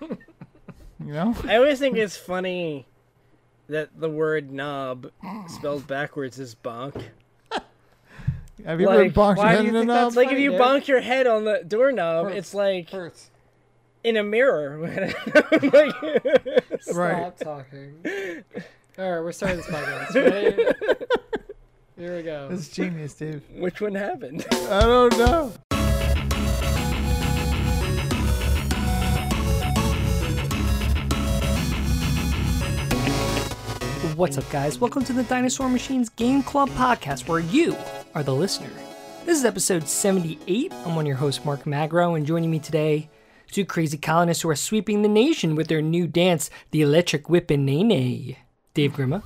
You know? I always think it's funny that the word knob spelled backwards is bonk. Have you ever Like, bonked your why do head you in a think knob? that's Like if funny, you dude. bonk your head on the doorknob, Hurts. it's like Hurts. in a mirror. Like- Right. Stop talking. All right, we're starting this podcast. Ready? Here we go. That's genius, dude. Which one happened? I don't know. What's up, guys? Welcome to the Dinosaur Machines Game Club podcast, where you are the listener. This is episode 78. I'm one of your hosts, Mark Magro, and joining me today, two crazy colonists who are sweeping the nation with their new dance, the Electric Whip and Nay Nay. Dave Grima.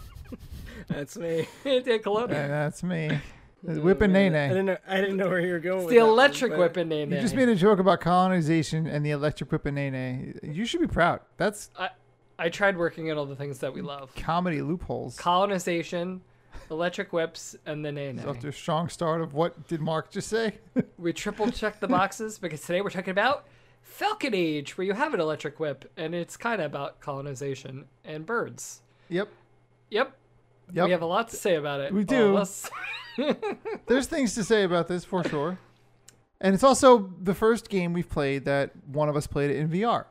That's me. It did Kelowna. And that's me. Whipping nay I nay. didn't know. I didn't know where you were going. with The that one, electric but- whipping name. You just made a joke about colonization and the electric whipping nay nay. You should be proud. That's I, I tried working at all the things that we love: comedy loopholes. colonization, electric whips, and the nay After a strong start of what did Mark just say? We triple checked the boxes because today we're talking about Falcon Age, where you have an electric whip, and it's kind of about colonization and birds. yep. Yep, Yep. we have a lot to say about it. We all of do. us. There's things to say about this for sure. And it's also the first game we've played that one of us played it in VR.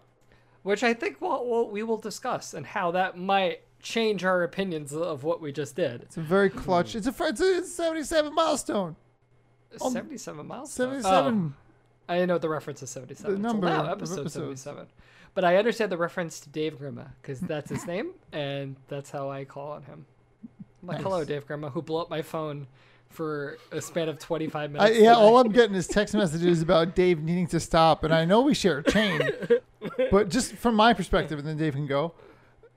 which I think we'll, we'll, we will discuss and how that might change our opinions of what we just did. It's a very clutch. Hmm. It's a fr- it's a 77 milestone. Um, 77 miles. though. 77. Oh, I didn't know the reference is 77. The It's number allowed, of episode episodes. 77. But I understand the reference to Dave Grima because that's his name and that's how I call on him. I'm like, hello, Dave Grima, who blew up my phone for a span of 25 I, minutes. yeah, today. all I'm getting is text messages about Dave needing to stop, and I know we share a chain, but just from my perspective, and then Dave can go.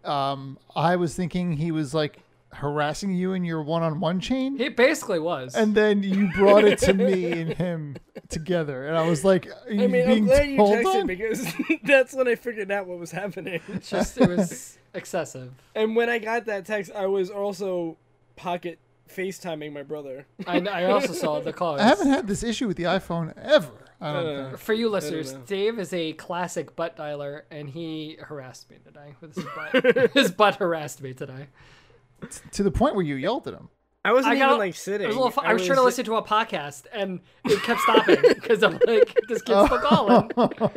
Um, I was thinking he was like harassing you in your one-on-one chain, He basically was. and then you brought it to me and him together, and I was like, "Are you I mean, I'm being glad you told texted on?" because that's when I figured out what was happening. It's just, it was excessive. And when I got that text, I was also pocket FaceTiming my brother. I, I also saw the call. I haven't had this issue with the iPhone ever. I don't Uh, think. For you listeners, know. Dave is a classic butt dialer, and he harassed me today with his butt. his butt harassed me today. To the point where you yelled at him. I wasn't I even got like sitting. I was, a little fu- I was trying to listen to a podcast, and it kept stopping because I'm like, this kid's still calling.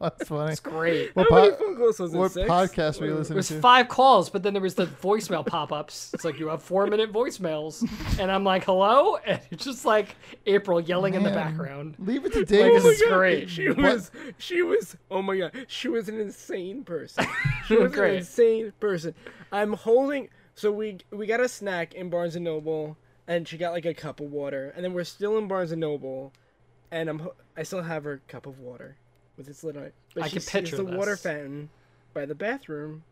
That's funny. It's great. What, How many po- phone calls was it? what six? podcast were you It listening was to? five calls, but then there was the voicemail pop-ups. It's like you have four-minute voicemails, and I'm like, "Hello," and it's just like April yelling in the Man. background. Leave it to Like, Dave. this to is great. Oh She was. She was. Oh my god. She was an insane person. She was an Great. insane person. I'm holding. So we we got a snack in Barnes and Noble, and she got like a cup of water, and then we're still in Barnes and Noble, and I'm ho- I still have her cup of water, with its lid on it. But I she can sees picture the water this. fountain, by the bathroom.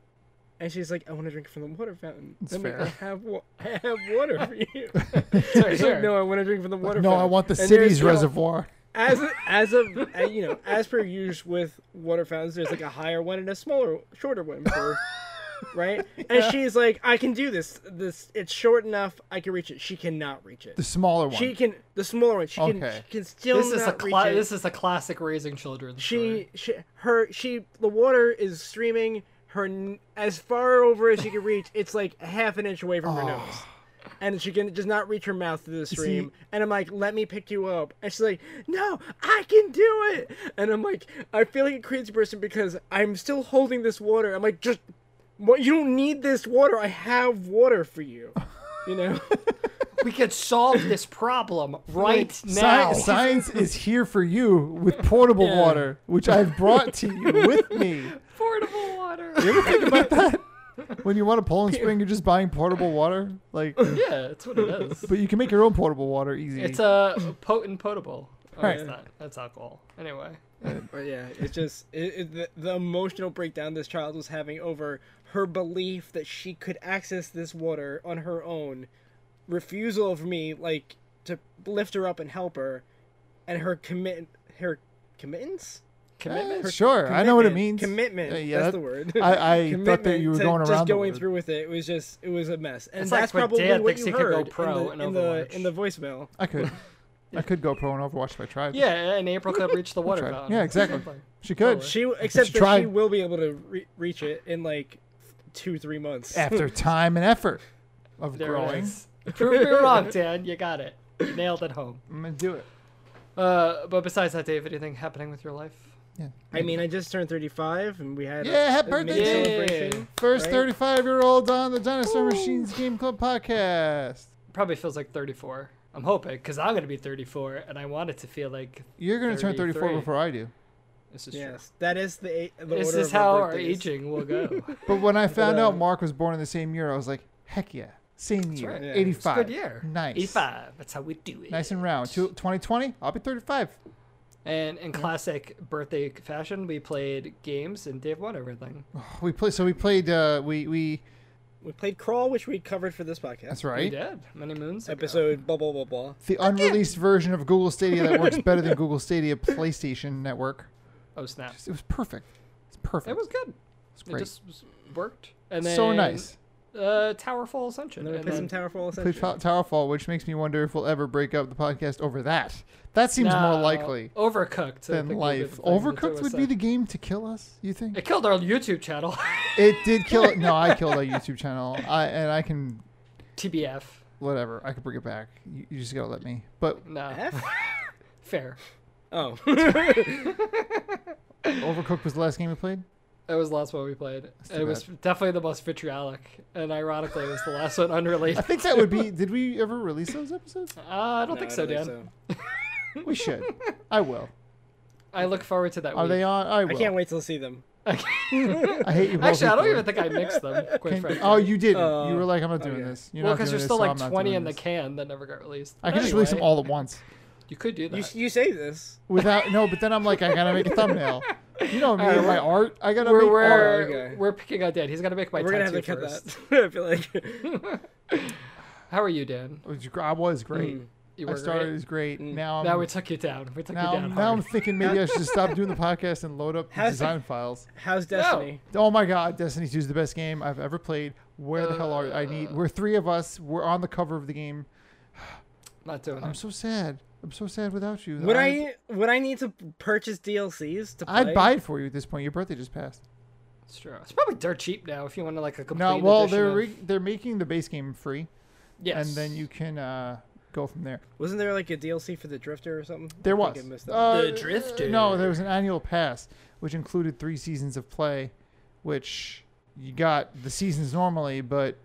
And she's like, "I want to drink from the water fountain." Then we- fair. I have, wa- I have water for you. She's It's right like, here. "No, I want to drink from the water No, fountain." I want the And there's city's still- reservoir. as as of uh, you know, as per usual with water fountains, there's like a higher one and a smaller, shorter one, for, right? And she's like, "I can do this. This it's short enough. I can reach it. She cannot reach it. The smaller one. She can the smaller one. She can Okay. she can still This is a not cla- reach it. this is a classic raising children. she she her she the water is streaming her n- as far over as she can reach. It's like a half an inch away from her nose." And she can just not reach her mouth to the stream. and I'm like, let me pick you up. And she's like, no, I can do it. And I'm like, I feel like a crazy person because I'm still holding this water. I'm like, just, what? You don't need this water. I have water for you. You know? we could solve this problem right Sci- now. science is here for you with portable water, which I've brought to you with me. Portable water. You ever think about that? When you want a Poland Spring, you're just buying portable water. Like, but Yeah, that's what it is. you can make your own portable water easy. Eh, It's a potent potable. Oh, Right. it's not. That's alcohol. Anyway, But yeah, it's just it, it, the, the emotional breakdown this child was having over her belief that she could access this water on her own, refusal of me like to lift her up and help her, and her commit her committance. Eh, commitment. sure, I know what it Commitment. means. Commitment. Uh, yeah, that's that- the word. I, I thought that Commitment you were to going around. just the going word. through with it. It was just it was a mess, and It's like that's when probably Dan what you thinks he could go heard pro in the in in the, Overwatch. in the voicemail. I could. I could go pro in Overwatch if I tried. Yeah, and April could reach the water Tried. fountain. Yeah, exactly. She could. Totally. She except that tried. she will be able to re- reach it in like two three months. After time and effort of There it growing, is. Prove me wrong, Dan. You got it. You nailed it home. I'm gonna do it. Uh, but besides that, Dave, anything happening with your life? Yeah. I mean, I just turned thirty five, and we had a- Yeah, happy a birthday, mini Jim. celebration. First Right? 35 year old on the Dinosaur Machines Game Club podcast. Probably feels like 34. I'm hoping, because I'm going to be 34, and I want it to feel like You're gonna turn 34 33. before I do. this is Yes, that is the a- the true. This order is of how our our birthdays. aging will go. But when I found uh, out Mark was born in the same year, I was like, heck yeah, same year, right. Yeah. It's a 85. Good year. E nice, 85. That's how we do it. nice and round. Two- 2020, I'll be 35. And Mm-hmm. in classic birthday fashion, we played games, and Dave won everything. We play, so we played. Uh, we we We played Crawl, which we covered for this podcast. that's right. We did. Many moons. ago. Episode blah blah blah blah. The unreleased version of Google Stadia that works better than Google Stadia PlayStation Network. Oh, snap. It was perfect. It's perfect. It was good. It's It great. just was- worked. And then so nice. Uh, Towerfall Ascension. And then we played some and then- Towerfall Played Ascension. Fa- Towerfall, which makes me wonder if we'll ever break up the podcast over that. That seems more No, likely Overcooked. I than think, would be life. the thing that Overcooked threw would us be off. the game to kill us. You think? It killed our YouTube channel. It did kill it. No, I killed our YouTube channel. I and I can TBF. whatever. I can bring it back. You, you just gotta let me. But No, F? fair. Oh, Overcooked was the last game we played. That was the last one we played. too It was definitely the most vitriolic, and ironically, it was the last one I unrelated. think that would be. Did we ever release those episodes? Uh, I don't No, think so, Dan. We should. I will. I look forward to that. Are week. they on? I I will. I, can't wait till I see them. hate you. both Actually, I don't equally. even think I mixed them. Quite Can- frankly. oh, you didn't. Uh, you were like, I'm not doing okay. this. You're oh, well, not because doing there's this, still so I'm like not 20 doing in the this. can that never got released. I But can just release them anyway, all at once You could do that. You, you say this. without. No, but then I'm like, I gotta make a thumbnail. You know me, All right, and my we're- art. I gotta we're make art. we're, okay. we're picking on Dan. He's gonna make my We're gonna tattoo have to cut first. that. I feel like How are you, Dan? Which I was great. Mm, You I were started great. Mm, as great. Now I'm Now we took you down. We took now, you down. now I'm hard. thinking maybe I should just stop doing the podcast and load up the How's- design files. how's Destiny? Oh my God, Destiny 2 is the best game I've ever played. Where the hell are I need? Uh. We're three of us. We're on the cover of the game. Not doing I'm it. so sad. I'm so sad without you. Would I would I need to purchase DLCs to play? I'd buy it for you at this point. Your birthday just passed. It's true. It's probably dirt cheap now if you want to like a complete. No, well edition they're of- re- they're making the base game free, yes. and then you can uh, go from there. Wasn't there like a DLC for the Drifter or something? There I was think I missed that. uh, The Drifter. No, there was an annual pass which included three seasons of play, which you got the seasons normally, but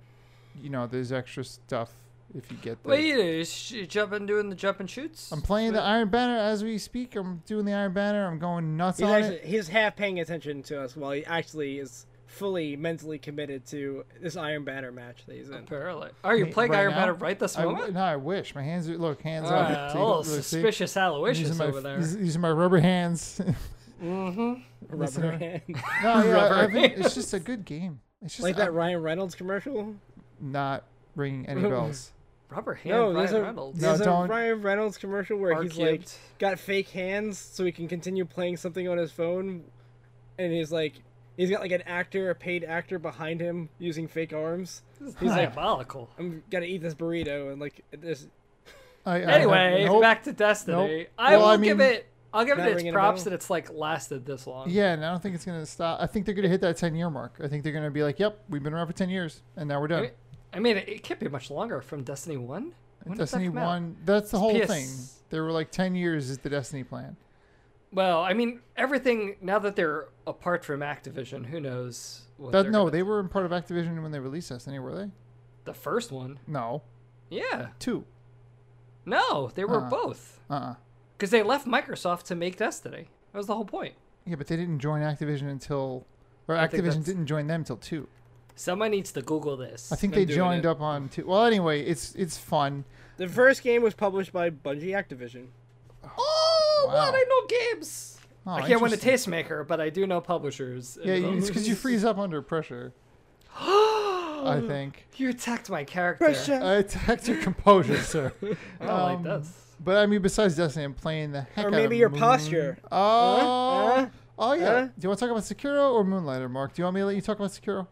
you know there's extra stuff if you get the. Wait, is she jumping, doing the jump and shoots? I'm playing the Wait. Iron Banner as we speak. I'm doing the Iron Banner. I'm going nuts he's on actually it. he's half paying attention to us while he actually is fully mentally committed to this Iron Banner match that he's in. Apparently. Are you Wait, playing right Iron now? Man right this I, moment? w- no, I wish my hands are look hands All up. right, See? Ah, a little Look, see? suspicious These are Aloysius my over there. these, these are my rubber hands. Rubber hand. no, yeah, Rubber I mean, it's just a good game. It's just like that I'm Ryan Reynolds commercial? not ringing any bells. Rubber hand No, there's Ryan a Reynolds. No, there's a don't. Ryan Reynolds commercial where he's like R-cubed. got fake hands so he can continue playing something on his phone, and he's like he's got like an actor, a paid actor behind him using fake arms. He's diabolical. I'm gonna eat this burrito and like this. I, I have- Anyway, nope. back to Destiny. Nope. I Well, will I give mean- it. I'll give it Not its ringing a props bell? that it's like lasted this long. Yeah, and I don't think it's gonna stop. I think they're gonna hit that ten year mark. I think they're gonna be like, "Yep, we've been around for ten years, and now we're I done." mean, I mean, it can't be much longer from Destiny One. When did that Destiny come out? One. That's the whole PS. thing. They were like, ten years is the Destiny plan. Well, I mean, everything now that they're apart from Activision, who knows? What That, they're no, gonna- they were in part of Activision when they released Destiny, were they? the first one. No, Yeah, two. no, they were both Uh. uh because they left Microsoft to make Destiny. That was the whole point. Yeah, but they didn't join Activision until, or think Activision that's- didn't join them until two. Someone needs to Google this. I think I'm they doing joined it. up on two. Well, anyway, it's it's fun. The first game was published by Bungie Activision. Oh, Wow. what I know games. Oh, I can't win a interesting. tastemaker, but I do know publishers. and Yeah, you, it's those. because you freeze up under pressure. I think. Uh, You attacked my character. I attacked your composure, sir. I don't like Um, this. But I mean, besides Destiny, I'm playing the heck Or out maybe of your Moon- posture. Oh, Uh, oh yeah. uh. Do you want to talk about Sekiro or Moonlighter, Mark? Do you want me to let you talk about Sekiro?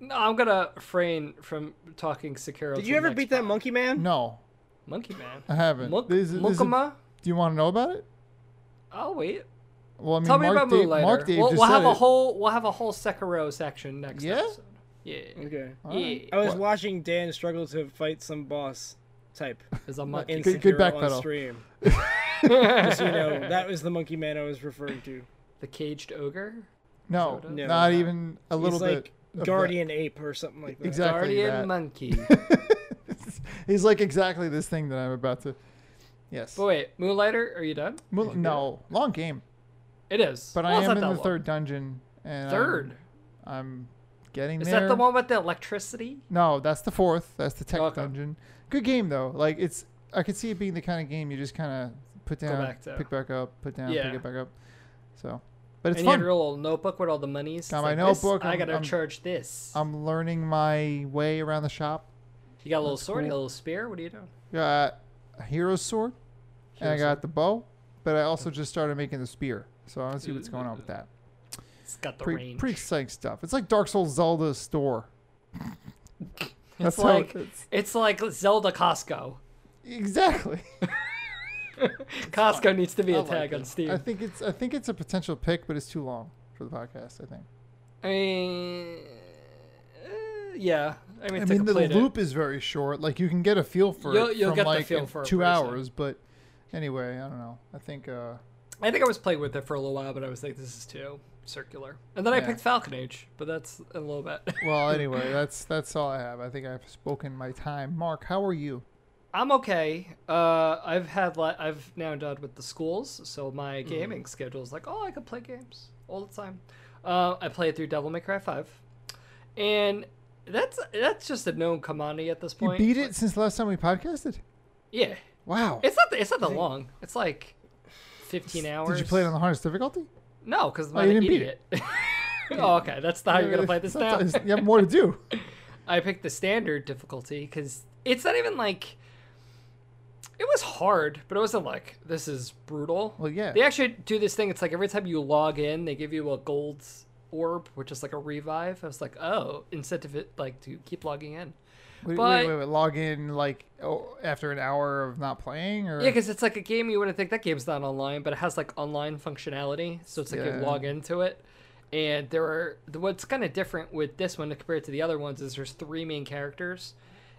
No, I'm gonna refrain from talking Sekiro. Did to you ever next beat that pod. monkey man? No. Monkey Man. I haven't. Monk, This is- this is- Monkama? do you want to know about it? I'll wait. Well, I mean, Tell me Mark, about Dave, Moonlighter. Mark Dave we'll just we'll have said a it. whole we'll have a whole Sekiro section next Yeah? episode. Yeah. Okay. All right. Yeah. I was What? watching Dan struggle to fight some boss type Is a in monkey. Good- good, good on backpedal. stream. Just so you know, that was the monkey man I was referring to. The caged ogre? No, No, not no. even a little He's like bit. of guardian ape or something like that. Exact- Exactly Guardian that. monkey. that. He's like exactly this thing that I'm about to. Yes. but wait, Moonlighter, are you done? Well, no, long game. It is. But Well, I it's am not in that the long. third dungeon. And I'm- Third. I'm, getting Is there. that the one with the electricity? No, that's the fourth. That's the tech Okay. dungeon. Good game though. Like it's, I could see it being the kind of game you just kind of put down, back to. pick back up, put down, Yeah. pick it back up. So, but it's and you fun. had your little notebook with all the monies. Got It's my this, notebook, I I'm- gotta I'm- charge this. I'm learning my way around the shop. you got a little sword, you cool. got a little spear. What are you doing? Got a hero's sword, and I Hero's got the bow, but I also just started making the spear. So I want to see what's going on with that. It's got the Pretty, Uh, range. pretty exciting stuff. It's like Dark Souls Zelda's store. it's That's how like it's- it's like Zelda Costco. exactly. Costco needs to be I a like tag it. on Steam. I think it's I think it's a potential pick, but it's too long for the podcast. I think. I mean, uh, yeah. I mean, I to mean, the complete it. loop is very short. Like you can get a feel for You'll- it you'll from get the like feel in for it two pretty soon. hours. But anyway, I don't know. I think uh, I think I was playing with it for a little while, but I was like, this is too circular. And then I Yeah. picked Falcon Age, but that's a little bit. well, anyway, that's that's all I have. I think I've spoken my time. Mark, how are you? I'm okay. Uh, I've had li- I've now done with the schools, so my Mm-hmm. gaming schedule is like, oh, I could play games all the time. Uh, I played through Devil May Cry Five, and that's that's just a known commodity at this You point. beat it since last time we podcasted. Yeah, Wow. it's not it's not that long. It's like fifteen Did hours. you play it on the hardest difficulty? No, because you I'm an didn't beat idiot. oh, okay. That's the, how you're gonna play this now. Sometimes You have more to do. I picked the standard difficulty because it's not even like it was hard, but it wasn't like this is brutal. Well, yeah. They actually do this thing. It's like every time you log in, they give you a gold orb, which is like a revive. I was like, oh, incentive it like to keep logging in. Wait, But- wait, wait, wait. Log in like oh, after an hour of not playing, or Yeah, because it's like a game you wouldn't think that game's not online, but it has like online functionality. So it's like Yeah. you log into it, and there are the- what's kind of different with this one compared to the other ones is there's three main characters,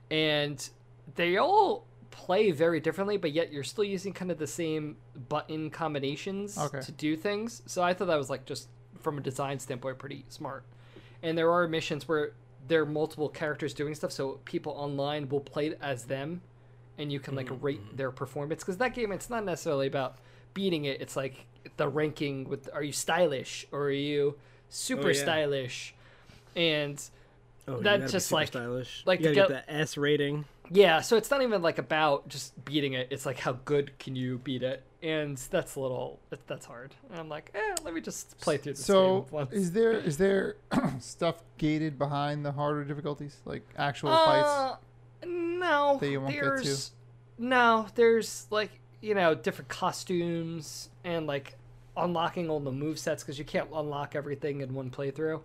and they all play very differently, but yet you're still using kind of the same button combinations Okay. to do things. So I thought that was like just from a design standpoint pretty smart. And there are missions where there are multiple characters doing stuff, so people online will play as them and you can like rate their performance because that game it's not necessarily about beating it it's like the ranking with are you stylish or are you super yeah. stylish and Oh, you That's gotta be just super like- stylish. like you to gotta get get- the S rating. yeah so it's not even like about just beating it it's like how good can you beat it and that's a little that- that's hard and i'm like eh, let me just play through this So game once is there is there stuff gated behind the harder difficulties, like actual fights? Uh, No, that you won't get to? there's no, there's like you know different costumes and like unlocking all the move sets because you can't unlock everything in one playthrough.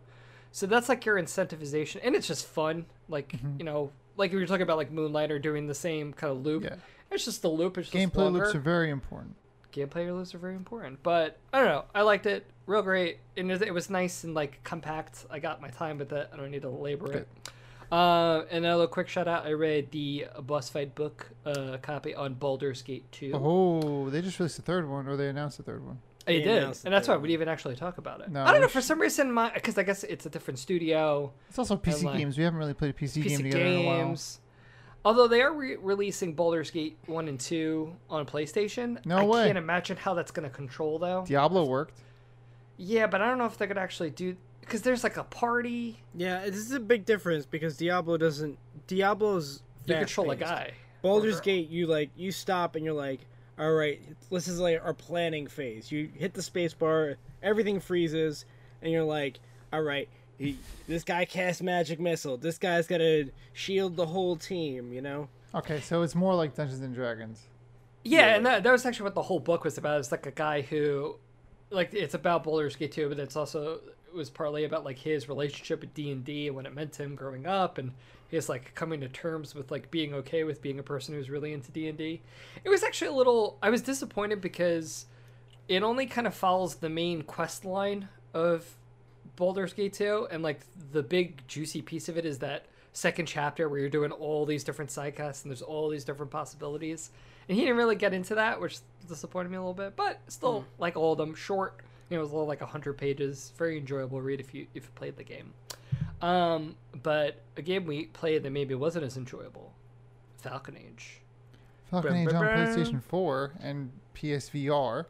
So that's like your incentivization, and it's just fun. Like Mm-hmm. you know, like we were talking about like Moonlighter doing the same kind of loop. Yeah. It's just the loop. It's just Gameplay longer loops are very important. gameplay loops are very important. But I don't know. I liked it. Real great. And it it was nice and like compact. I got my time with it. I don't need to labor it. Uh, and another quick shout out. I read the boss fight book uh, copy on Baldur's Gate 2. Oh, they just released the third one, or they announced the third one. I They did. announced And it, that's why yeah. we didn't even actually talk about it. No, I don't know. we For some reason, my because I guess it's a different studio. It's also PC like- games. We haven't really played a PC, game PC together in a while. games. Although they are re- releasing Baldur's Gate 1 and 2 on PlayStation. No I way. can't imagine how that's going to control, though. Diablo worked. Yeah, but I don't know if they're gonna actually do because there's like a party. Yeah, this is a big difference because Diablo doesn't. Diablo's You control a fast-paced. guy. Baldur's girl. Gate, you like you stop and you're like, all right, this is like our planning phase. You hit the space bar, everything freezes, and you're like, all right, he, this guy casts magic missile. This guy's gotta shield the whole team. You know, Okay, so it's more like Dungeons and Dragons. Yeah, and that, that was actually what the whole book was about. It's like a guy who, like, it's about Baldur's Gate 2, but it's also was partly about like his relationship with D and D and what it meant to him growing up, and his like coming to terms with like being okay with being a person who's really into D and D. It was actually a little. I was disappointed because it only kind of follows the main quest line of Baldur's Gate 2, and like the big juicy piece of it is that second chapter where you're doing all these different side quests and there's all these different possibilities. And he didn't really get into that, which disappointed me a little bit, but still, like all of them, short. You know, it was all like 100 pages. Very enjoyable read if you if you played the game. Um, but a game we played that maybe wasn't as enjoyable, Falcon Age. Falcon Brum, Age brum, on brum. PlayStation 4 and PSVR.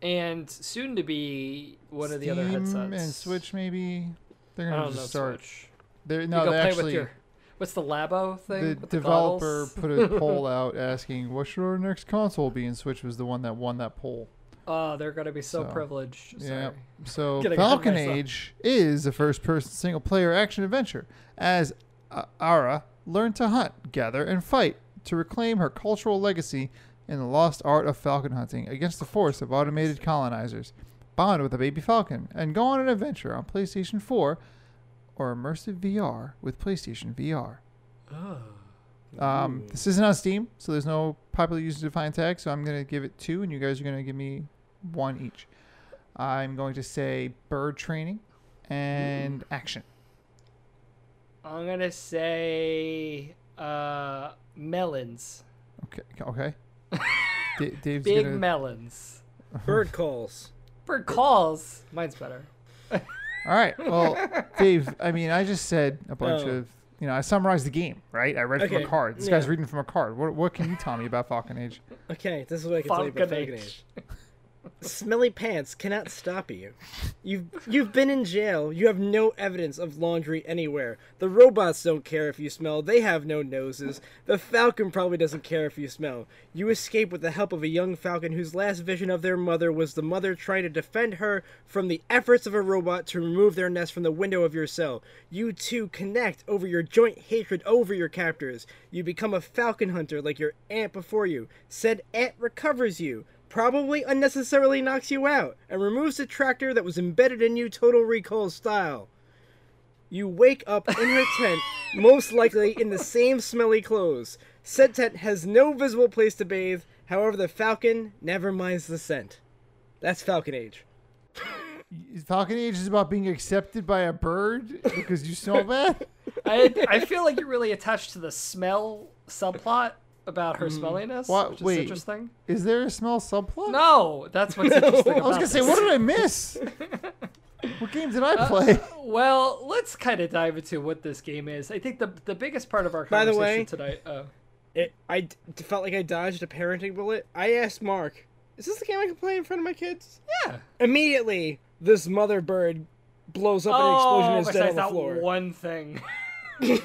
and soon to be one of the other Steam headsets. and Switch maybe. They're I gonna don't just know start. Switch. They're, you no, go they play actually. with your. What's the Labo thing? the with developer goggles? put a poll out asking what should our next console be, and Switch was the one that won that poll. Oh, they're gonna be so, So, privileged. Sorry. Yeah. So Getting ahead of Falcon myself. Age is a first-person single-player action adventure as uh, Ara learned to hunt, gather, and fight to reclaim her cultural legacy in the lost art of falcon hunting against the force of automated colonizers. Bond with a baby falcon and go on an adventure on PlayStation 4 or immersive VR with PlayStation VR. Um, this isn't on Steam, so there's no popular user defined tag. So I'm gonna give it two, and you guys are gonna give me one each. I'm going to say bird training and action. I'm gonna say uh, melons, Okay, okay. Da- Dave's big gonna. melons. Bird calls. For calls, mine's better. All right. Well, Dave. I mean, I just said a bunch Oh. of. You know, I summarized the game, right? I read from Okay, a card. This yeah. guy's reading from a card. What, what can you tell me about Falcon Age? Okay, this is what I can tell you about Falcon Age. Falconage. Smelly pants cannot stop you. You've you've been in jail. You have no evidence of laundry anywhere. The robots don't care if you smell. They have no noses. The falcon probably doesn't care if you smell. You escape with the help of a young falcon whose last vision of their mother was the mother trying to defend her from the efforts of a robot to remove their nest from the window of your cell. You two connect over your joint hatred over your captors. You become a falcon hunter like your aunt before you. Said aunt recovers you probably unnecessarily knocks you out and removes the tractor that was embedded in you total recall style you wake up in her tent most likely in the same smelly clothes said tent has no visible place to bathe however the falcon never minds the scent that's falcon age Falcon Age is about being accepted by a bird because you smell bad. I I feel like you're really attached to the smell subplot about her smelliness, What- which is Mm. wait. interesting. Is there a smell subplot? No, that's what's interesting. I was about gonna say, this. what did I miss? what game did Uh, I play? Well, let's kind of dive into what this game is. I think the the biggest part of our By the conversation way- tonight. Oh, it, i d- felt like i dodged a parenting bullet i asked mark is this the game i can play in front of my kids yeah. immediately this mother bird blows up Oh, an explosion and is dead on besides the that floor one thing.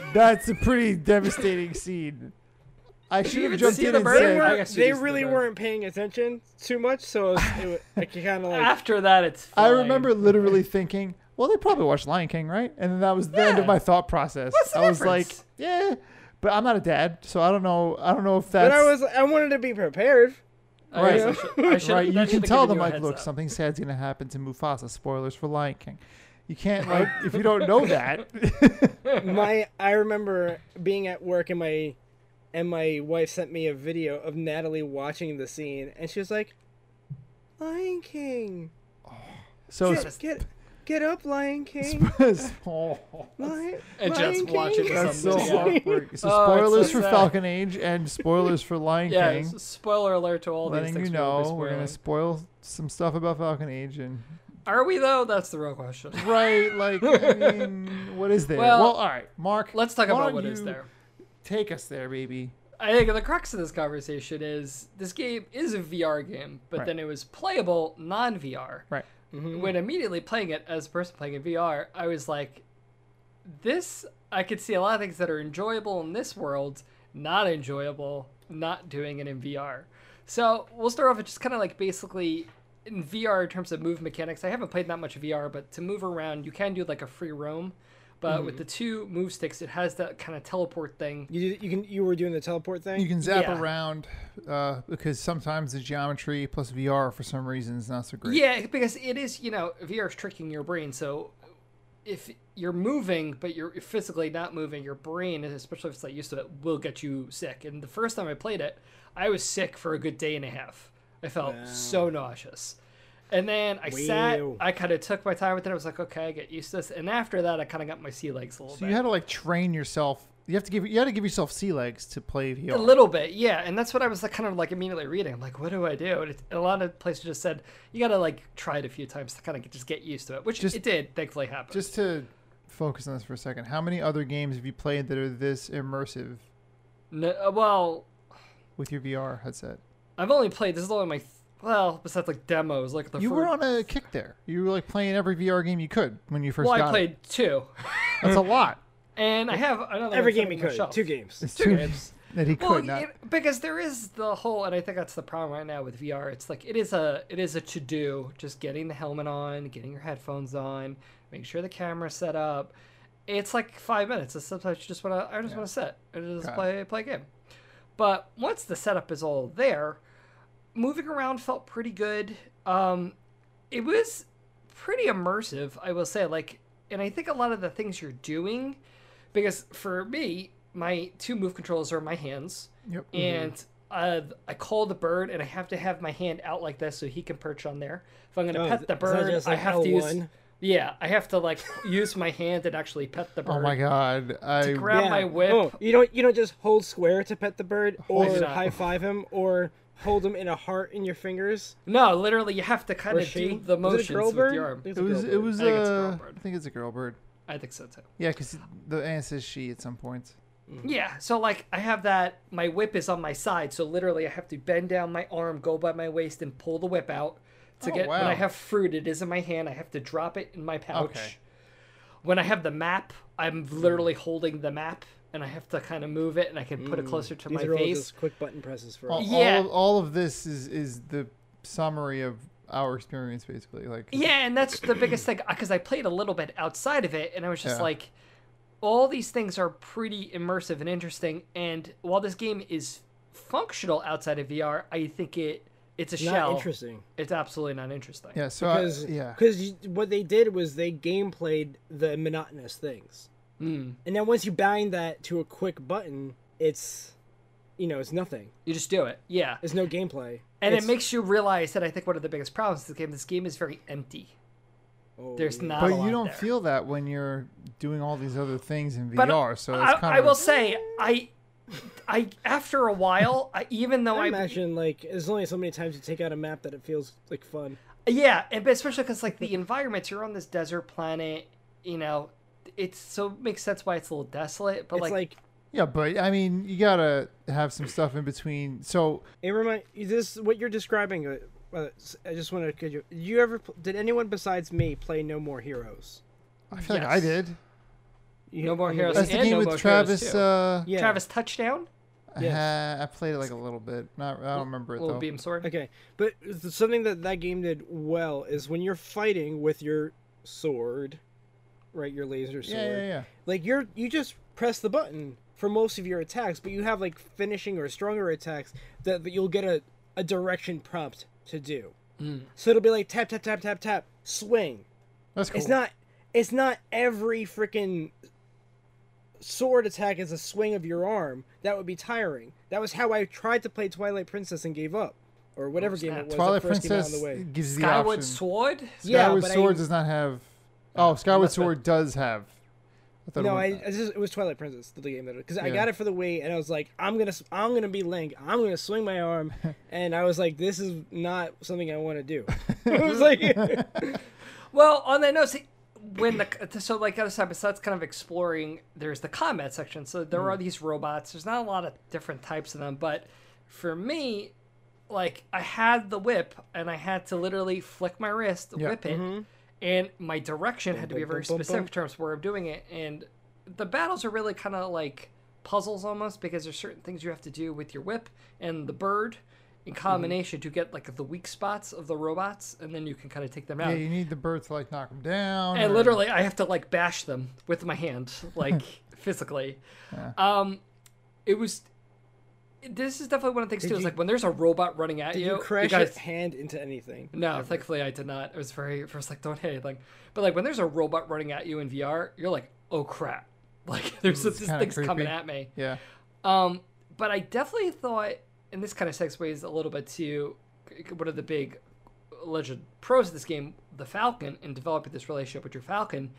That's a pretty devastating scene. I should have even jumped see in the and bird? said, I were, guess you they just really did that. weren't paying attention too much, so it was, it was, I kind of like. After that, it's. Fine. I remember literally thinking, well, they probably watched Lion King, right? And then that was the end of Yeah. my thought process. What's the I was like, difference? yeah, but I'm not a dad, so I don't know. I don't know if that's But I was, I wanted to be prepared. I guess Right. Oh, I should- I should- right. You that can should've tell them given you a like, heads look, up. something sad's gonna happen to Mufasa. Spoilers for Lion King. You can't like if you don't know that. My, I remember being at work and my, and my wife sent me a video of Natalie watching the scene, and she was like, "Lion King, so. get, get, get up, Lion King, oh. Lion, And Lion just King." watch it with That's so somebody. Yeah. awkward. So Oh, it's so spoilers for sad. Falcon Age and spoilers for Lion Yeah, King. s- spoiler alert to all these Letting things. you we will be know we're gonna spoiling. spoil some stuff about Falcon Age and Are we though? That's the real question. right, like I mean, what is there? Well, Well, all right, Mark. Let's talk why about don't what is you there. Take us there, baby. I think the crux of this conversation is this game is a VR game, but Right. then it was playable non VR. Right. When immediately playing it as a person playing in VR, I was like, this, I could see a lot of things that are enjoyable in this world, not enjoyable, not doing it in VR. So we'll start off with just kind of like basically in VR in terms of move mechanics. I haven't played that much VR, but to move around, you can do like a free roam. But with the two move sticks, it has that kind of teleport thing. You you can you were doing the teleport thing. You can zap Yeah. around uh, because sometimes the geometry plus VR for some reason is not so great. Yeah, because it is, you know, VR is tricking your brain. So if you're moving, but you're physically not moving, your brain, especially if it's not used to it, will get you sick. And the first time I played it, I was sick for a good day and a half. I felt so nauseous. And then I sat, Wow. I kind of took my time with it. I was like, okay, I get used to this. And after that, I kind of got my sea legs a little So bit. you had to like train yourself. You have to give you had to give yourself sea legs to play VR. A little bit, yeah, and that's what I was like, kind of like immediately reading. I'm like, what do I do? And, it, and a lot of places just said you gotta like try it a few times to kind of just get used to it, which Just- it did, thankfully happened. Just to focus on this for a second, how many other games have you played that are this immersive No, uh, well, with your VR headset? I've only played. This is only my th- well, besides like demos, like the You fir- were on a kick there. You were like playing every VR game you could when you first Well, got I played two, it. That's a lot. and I have another Every one sitting game you on my could. shelf. Two games. It's Two too games. that he could Well, not. it- because there is the whole, and I think that's the problem right now with VR. It's like it is a it is a to do, just getting the helmet on, getting your headphones on, making sure the camera's set up. It's like five minutes. And sometimes you just want to, I just want to sit and just Got it. play play a game. But once the setup is all there, moving around felt pretty good. Um, it was pretty immersive, I will say. Like, and I think a lot of the things you're doing, because for me, my two move controls are my hands, Yep. Mm-hmm. and uh, I call the bird, and I have to have my hand out like this so he can perch on there. If I'm gonna Oh, pet the is that bird, just I like have to use. L1? Yeah, I have to like use my hand and actually pet the bird. Oh my god. I grab my whip. Oh, you don't you don't just hold square to pet the bird, or do not. high five him, or hold him in a heart in your fingers. No, literally, you have to kind Or of do she. the Was motions it a girl with bird? your I arm. think it was it girl was I think it's a girl uh, bird. I think it's a girl bird. I think so too. Yeah, because the aunt says she at some points. Yeah, so like I have that my whip is on my side, so literally I have to bend down my arm, go by my waist, and pull the whip out to Oh, get when I wow. have fruit, it is in my hand, I have to drop it in my pouch. Okay. Hmm. When I have the map, I'm literally holding the map and I have to kind of move it and I can put Hmm. it closer to These my are all face. Oh, just quick button presses for All, us. Yeah. all of, all of this is is the summary of our experience basically. Like Yeah, and that's the biggest thing because I played a little bit outside of it, and I was just Yeah. like, all these things are pretty immersive and interesting. And while this game is functional outside of VR, I think it it's a Not shell. interesting. It's absolutely not interesting. Yeah, so I, Because Uh, yeah. because what they did was they game played the monotonous things, Hmm. mm. and then once you bind that to a quick button, it's you know it's nothing. You just do it. Yeah, There's no gameplay, and It's- it makes you realize that I think one of the biggest problems with this game. This game is very empty. oh, There's yeah. not. a But lot you don't there. feel that when you're doing all these other things in But VR, so I, it's kind I of will say I. I after a while, I, even though I I, imagine like there's only so many times you take out a map that it feels like fun. Yeah, and but especially because like the environments, you're on this desert planet, you know, it's so it makes sense why it's a little desolate. But It's like, like yeah. But I mean, you gotta have some stuff in between. So It remind you this what you're describing. uh, Uh, s- I just want to. Could you, you ever pl- did anyone besides me play No More Heroes? I feel like I Yes. did. You- No More I mean, Heroes. That's the And game No More with Heroes Travis. too. Uh, Yeah. Travis touchdown, Yes. I played it like a little bit. Not I don't remember it little though. beam sword. Okay, but th- something that that game did well is when you're fighting with your sword, right? Your laser sword. yeah, yeah, yeah. Like you're you just press the button for most of your attacks, but you have like finishing or stronger attacks that, that you'll get a a direction prompt to do. So it'll be like tap tap tap tap tap swing That's cool. It's not. It's not every freaking sword attack is a swing of your arm. That would be tiring. That was how I tried to play Twilight Princess and gave up, or whatever game snap. it was. Twilight that first Princess Came out on the way. gives you the option. Skyward Sword. Yeah, Skyward but I- Sword does not have. Oh, Skyward Must've- Sword does have. I thought it No, I, went- I just, it was Twilight Princess, the game that because I Yeah. got it for the Wii, and I was like, I'm gonna, s- I'm gonna be Link, I'm gonna swing my arm, and I was like, this is not something I want to do. it was like, Well, on that note, see, when the so like other side besides kind of exploring, there's the combat section. So there Hmm. are these robots. There's not a lot of different types of them, but for me, like I had the whip and I had to literally flick my wrist, Yeah. whip it, and my direction had to be Mm-hmm. bum, very bum, bum, specific bum. in terms of where I'm doing it. And the battles are really kind of like puzzles almost because there's certain things you have to do with your whip and the bird. Mm-hmm. in combination to get like the weak spots of the robots, and then you can kind of take them Yeah, out. you need the bird to like knock them down. and or- literally, I have to like bash them with my hand, like physically. Um, it was. This is definitely one of the things too. Is you- like when there's a robot running at Did you, you crash your guys, hand into anything? No, thankfully I did not. It was very first like don't hit anything. But like when there's a robot running at you in VR, you're like, oh crap. Like there's this, this kinda thing's coming creepy. at me. yeah, Um, but I definitely thought, and this kind of segues a little bit to one of the big alleged pros of this game, the Falcon, and developing this relationship with your Falcon.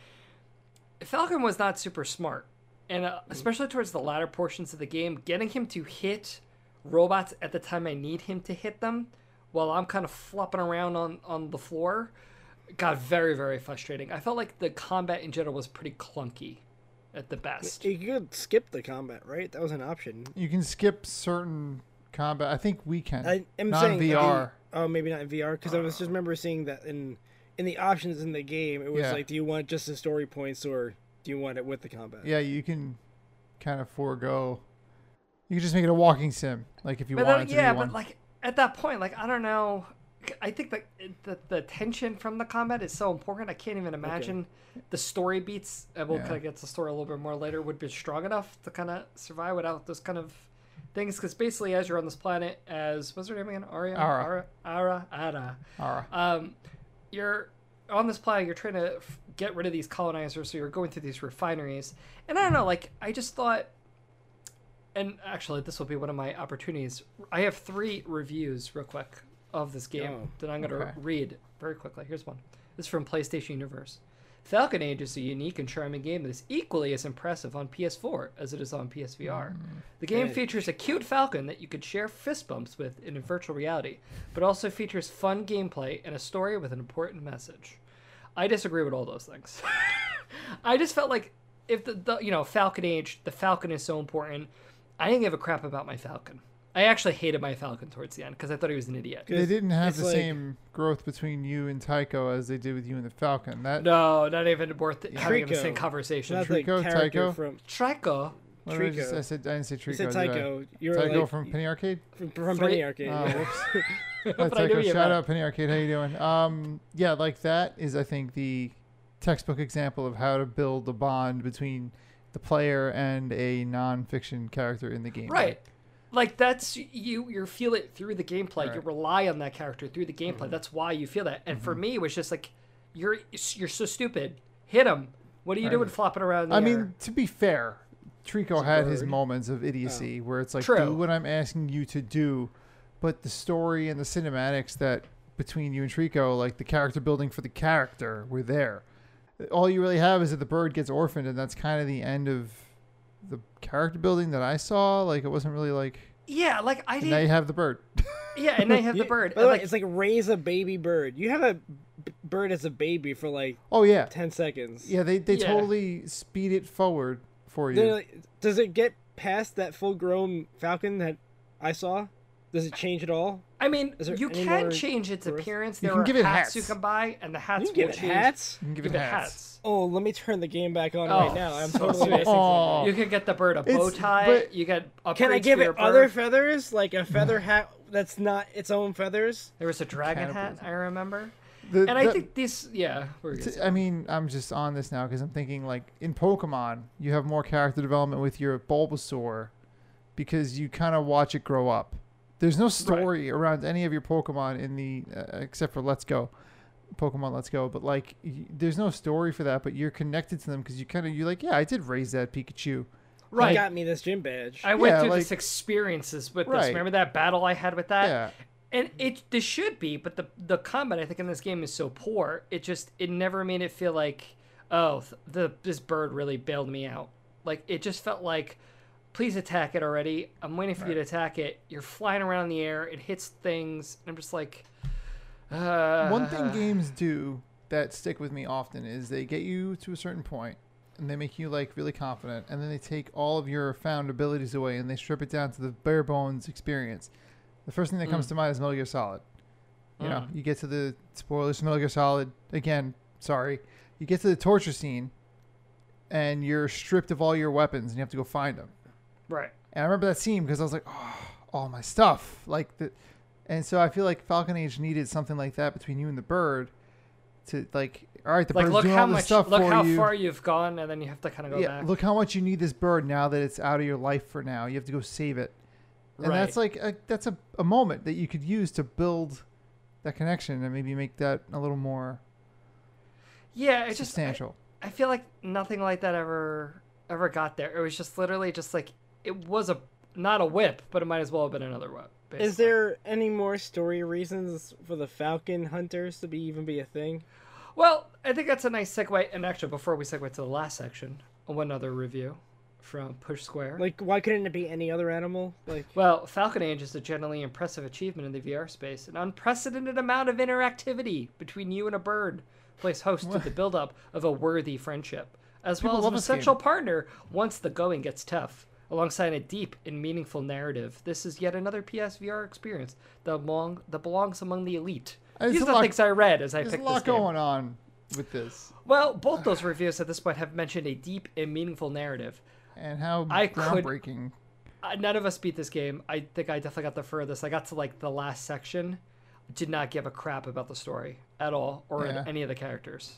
Falcon was not super smart, and uh, especially towards the latter portions of the game, getting him to hit robots at the time I need him to hit them, while I'm kind of flopping around on on the floor, got very very frustrating. I felt like the combat in general was pretty clunky, at the best. You could skip the combat, right? That was an option. you can skip certain combat. I think we can. I am not saying in VR. oh, maybe not in VR because I was just remember seeing that in in the options in the game. It was Yeah. like, do you want just the story points or do you want it with the combat? yeah, you can kind of forego. You can just make it a walking sim, like if you But wanted then, to. yeah, be but one. like at that point, like I don't know. I think the, the the tension from the combat is so important. I can't even imagine the story beats. And we'll Yeah. kind of get to the story a little bit more later. Would be strong enough to kind of survive without those kind of things. Because basically, as you're on this planet, as what's her name again? Aria. Ara. Ara. Ara. Ara. Alright. Um, you're on this planet. You're trying to f- get rid of these colonizers, so you're going through these refineries. And I don't know. Like I just thought and actually this will be one of my opportunities i have three reviews real quick of this game Oh, that i'm going to okay. read very quickly here's one this is from playstation universe falcon age is a unique and charming game that is equally as impressive on ps4 as it is on psvr the game Edge. features a cute falcon that you could share fist bumps with in virtual reality but also features fun gameplay and a story with an important message I disagree with all those things. I just felt like if the, the you know Falcon Age, the Falcon is so important. I didn't give a crap about my Falcon. I actually hated my Falcon towards the end because I thought he was an idiot. they didn't have it's the like- same growth between you and Tycho as they did with you and the Falcon. That No, not even worth having the Trico. same conversation. Not the Trico, character Tycho? from Trico, what did I, just, Trico. I said I didn't say Trico. you said did I? Tycho. You're Tycho like from Penny Arcade. from, from Three- Penny Arcade. Oh, yeah. whoops. But That's I knew Tycho. you Shout meant- out Penny Arcade. How you doing? Um, yeah, like that is I think the textbook example of how to build a bond between the player and a non-fiction character in the game. right? Like that's you. You feel it through the gameplay. You Right. rely on that character through the gameplay. That's why you feel that. And for me, it was just like, you're you're so stupid. Hit him. What are you doing flopping around? In the I air? mean, to be fair, Trico had his bird. moments of idiocy where it's like, Oh. True. do what I'm asking you to do, but the story and the cinematics that between you and Trico, like the character building for the character, were there. All you really have is that the bird gets orphaned, and that's kind of the end of the character building that I saw. Like, it wasn't really like, yeah. Like I and now you didn't. have the bird. Yeah, and I have the You- bird. By and, the way, like, it's like raise a baby bird. You have a b- bird as a baby for like oh, yeah. ten seconds. Yeah, they, they Yeah. totally speed it forward for you. Then, like, does it get past that full-grown falcon that I saw? Does it change at all? I mean, Is there you any can more change its growth? appearance. You There can are give it hats, you hats. can buy, and the hats You can give will it change. hats. you can give, Give it it hats. hats. Oh, let me turn the game back on Oh, right now. I'm so totally sweet. missing something. Oh. You can get the bird a bow It's- tie. but- you get a Can I prince give for your it other bird. feathers, like a feather Mm. hat that's not its own feathers? there was a dragon hat, Cannibalism. I remember. The- And I the- think this, yeah. Where are you T- I mean, I'm just on this now because I'm thinking like in Pokemon, you have more character development with your Bulbasaur because you kind of watch it grow up. There's no story around any of your Pokemon in the uh, except for Let's Go, Pokemon Let's Go. But like, y- there's no story for that. But you're connected to them because you kind of you're like, yeah, I did raise that Pikachu. Right. right. got me this gym badge. I went Yeah, through like- this experiences with Right. this. Remember that battle I had with that? Yeah. And it this should be, but the the combat I think in this game is so poor. It just it never made it feel like oh th- the this bird really bailed me out. Like it just felt like please attack it already. I'm waiting for you to attack it. You're flying around in the air. It hits things, and I'm just like. Uh, One thing games do that stick with me often is they get you to a certain point and they make you like really confident and then they take all of your found abilities away and they strip it down to the bare bones experience. The first thing that comes to mind is Metal Gear Solid. You know, you get to the spoilers Metal Gear Solid again, sorry. You get to the torture scene and you're stripped of all your weapons and you have to go find them. right. And I remember that scene because I was like, oh, all my stuff. Like the And so I feel like Falcon Age needed something like that between you and the bird to like all right, the Like, bird's look doing how all this much, stuff look for how you. far you've gone, and then you have to kind of go yeah, back. look how much you need this bird now that it's out of your life for now. You have to go save it. And Right. that's like a, that's a, a moment that you could use to build that connection and maybe make that a little more yeah, it's just I, substantial. I feel like nothing like that ever ever got there. It was just literally just like it was a not a whip, but it might as well have been another whip. Is basically. there any more story reasons for the Falcon Hunters to be even be a thing? Well, I think that's a nice segue. And actually, before we segue to the last section, one other review from Push Square. Like, why couldn't it be any other animal? Like, Well, Falcon Age is a generally impressive achievement in the VR space. An unprecedented amount of interactivity between you and a bird plays host to the buildup of a worthy friendship, as People well as love an this game. essential partner once the going gets tough. Alongside a deep and meaningful narrative, this is yet another PSVR experience that, among, that belongs among the elite. There's These a are the lot- things I read as I There's a picked this lot game. going on with this. Well, both those reviews at this point have mentioned a deep and meaningful narrative. And how I could- groundbreaking. Uh, none of us beat this game. I think I definitely got the furthest. I got to like the last section. Did not give a crap about the story at all or Yeah. any of the characters.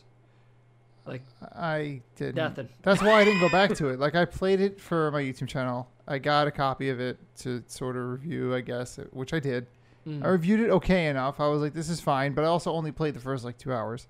Like I didn't. Nothing. That's why I didn't go back to it. Like I played it for my YouTube channel. I got a copy of it to sort of review, I guess, which I did. Mm. I reviewed it okay enough. I was like, this is fine, but I also only played the first like two hours.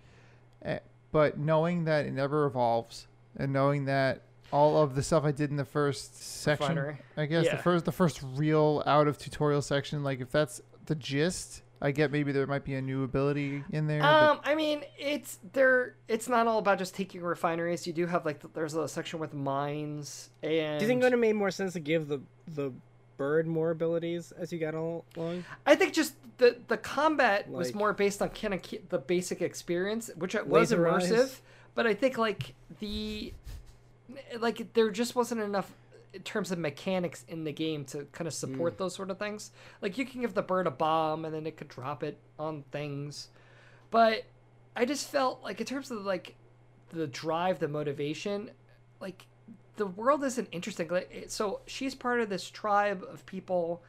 Eh, But knowing that it never evolves, and knowing that all of the stuff I did in the first section, Refinery. I guess Yeah. the first the first real out of tutorial section, like if that's the gist, I get maybe there might be a new ability in there. but- Um, I mean, it's there. It's not all about just taking refineries. You do have like there's a section with mines and. do you think it would have made more sense to give the the bird more abilities as you got all along? I think just the the combat was Like- more based on kind of ki- the basic experience, which it was Laser eyes. immersive. But I think like the like there just wasn't enough in terms of mechanics in the game to kind of support Mm. those sort of things. Like you can give the bird a bomb and then it could drop it on things, but I just felt like in terms of like the drive, the motivation, like the world isn't interesting. Like, it- so she's part of this tribe of people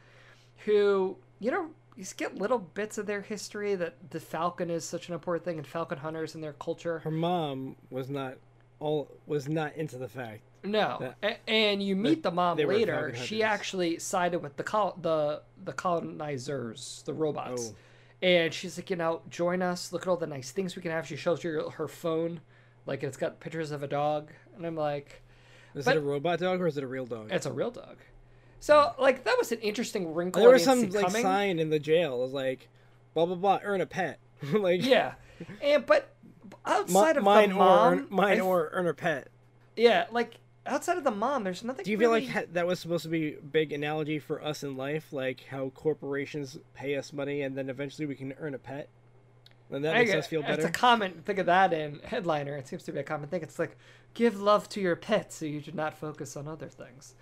who you know you just get little bits of their history that the falcon is such an important thing and falcon hunters and their culture Her mom was not all was not into the fact. no A- and you meet the mom they were later Falcon she hunters. actually sided with the col- the the colonizers the robots Oh. and she's like you know join us look at all the nice things we can have she shows you her phone like it's got pictures of a dog and i'm like Is But- it a robot dog or is it a real dog? it's a real dog so like that was an interesting wrinkle there Oh, I was didn't some see like coming. sign in the jail. It was like, blah blah blah, earn a pet. like, yeah and but mi- outside of mine the or mom earn, mine I or earn a pet. Yeah, like outside of the mom, there's nothing. Do you really... feel like ha- that was supposed to be a big analogy for us in life, like how corporations pay us money and then eventually we can earn a pet? And that I makes get- us feel It's better. a common think of that in headliner. It seems to be a common thing. It's like give love to your pet so you do not focus on other things.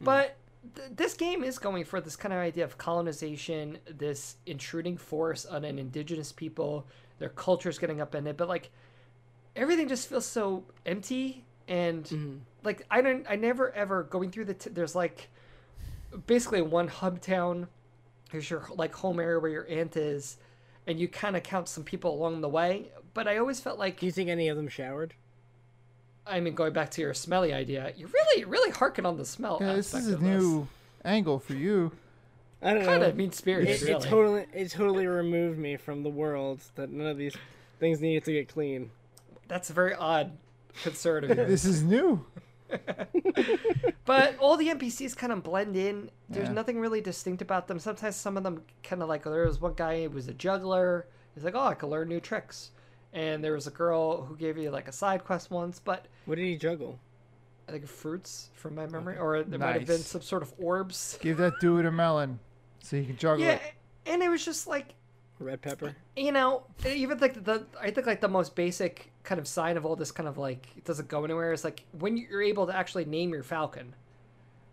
Hmm. But th- this game is going for this kind of idea of colonization, this intruding force on an indigenous people, their culture's getting upended, but like everything just feels so empty Mm-hmm. and like I don't I never ever going through the t- there's like basically one hub town is your like home area where your aunt is and you kind of count some people along the way but i always felt like Do you think any of them showered? i mean going back to your smelly idea you really really harken on the smell Yeah, this aspect is a of new uh, angle for you. I don't kind know. of mean spirited it, really. it totally it totally removed me from the world that none of these things needed to get clean. that's a very odd concern of yours This is new. but all the npcs kind of blend in there's Yeah. nothing really distinct about them sometimes some of them kind of like there was one guy who was a juggler he's like oh i could learn new tricks and there was a girl who gave you like a side quest once but What did he juggle? I think fruits from my memory, or there might have been Nice. some sort of orbs. Give that dude a melon so you can juggle Yeah, it. and it was just like Red pepper. you know, even like the I think like the most basic kind of sign of all this kind of like it doesn't go anywhere is like when you're able to actually name your falcon,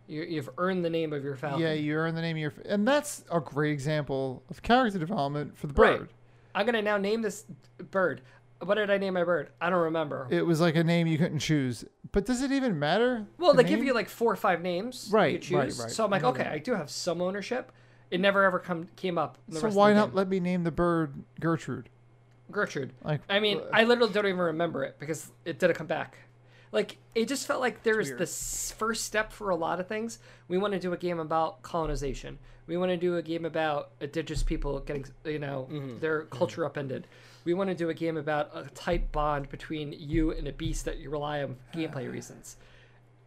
you, you've earned the name of your falcon. Yeah, you earn the name of your. And that's a great example of character development for the Right. bird. I'm gonna now name this bird. What did I name my bird? I don't remember. It was like a name you couldn't choose. But does it even matter? Well, the they give name? you like four or five names. You Right, right, choose. right. So I'm like, I know okay, that. I do have some ownership. It never ever come came up. in the So rest of why the not game. let me name the bird Gertrude? Gertrude? Like, I mean, I literally don't even remember it because it didn't come back. Like it just felt like there's the s- first step for a lot of things. We want to do a game about colonization. We want to do a game about indigenous people getting, you know, their culture upended. We want to do a game about a tight bond between you and a beast that you rely on for gameplay reasons.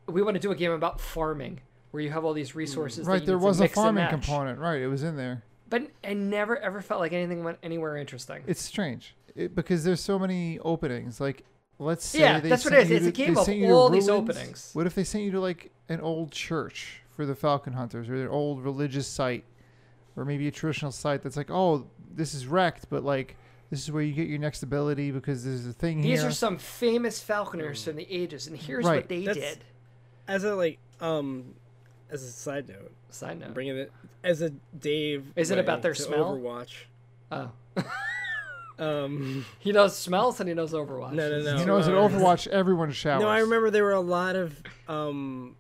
We want to do a game about farming, where you have all these resources. that Right, you there need to was a mix and farming match. component. Right, it was in there. but I never ever felt like anything went anywhere interesting. It's strange it, because there's so many openings. Like, let's say Yeah, they that's what sent it is. you It's to- a game they of sent you to all these ruins. openings. What if they sent you to like an old church for the Falcon Hunters or an old religious site, or maybe a traditional site that's like, oh, this is wrecked, but like this is where you get your next ability because there's a thing These here. are some famous falconers Mm. from the ages, and here's Right. what they That's- did. As a like um, as a side note, Side note. bringing it as a Dave. Is it way about their to smell? Overwatch. oh, Um, he knows smells and he knows Overwatch. no, no, no. you know, as an um, Overwatch, everyone showers. No, I remember there were a lot of um,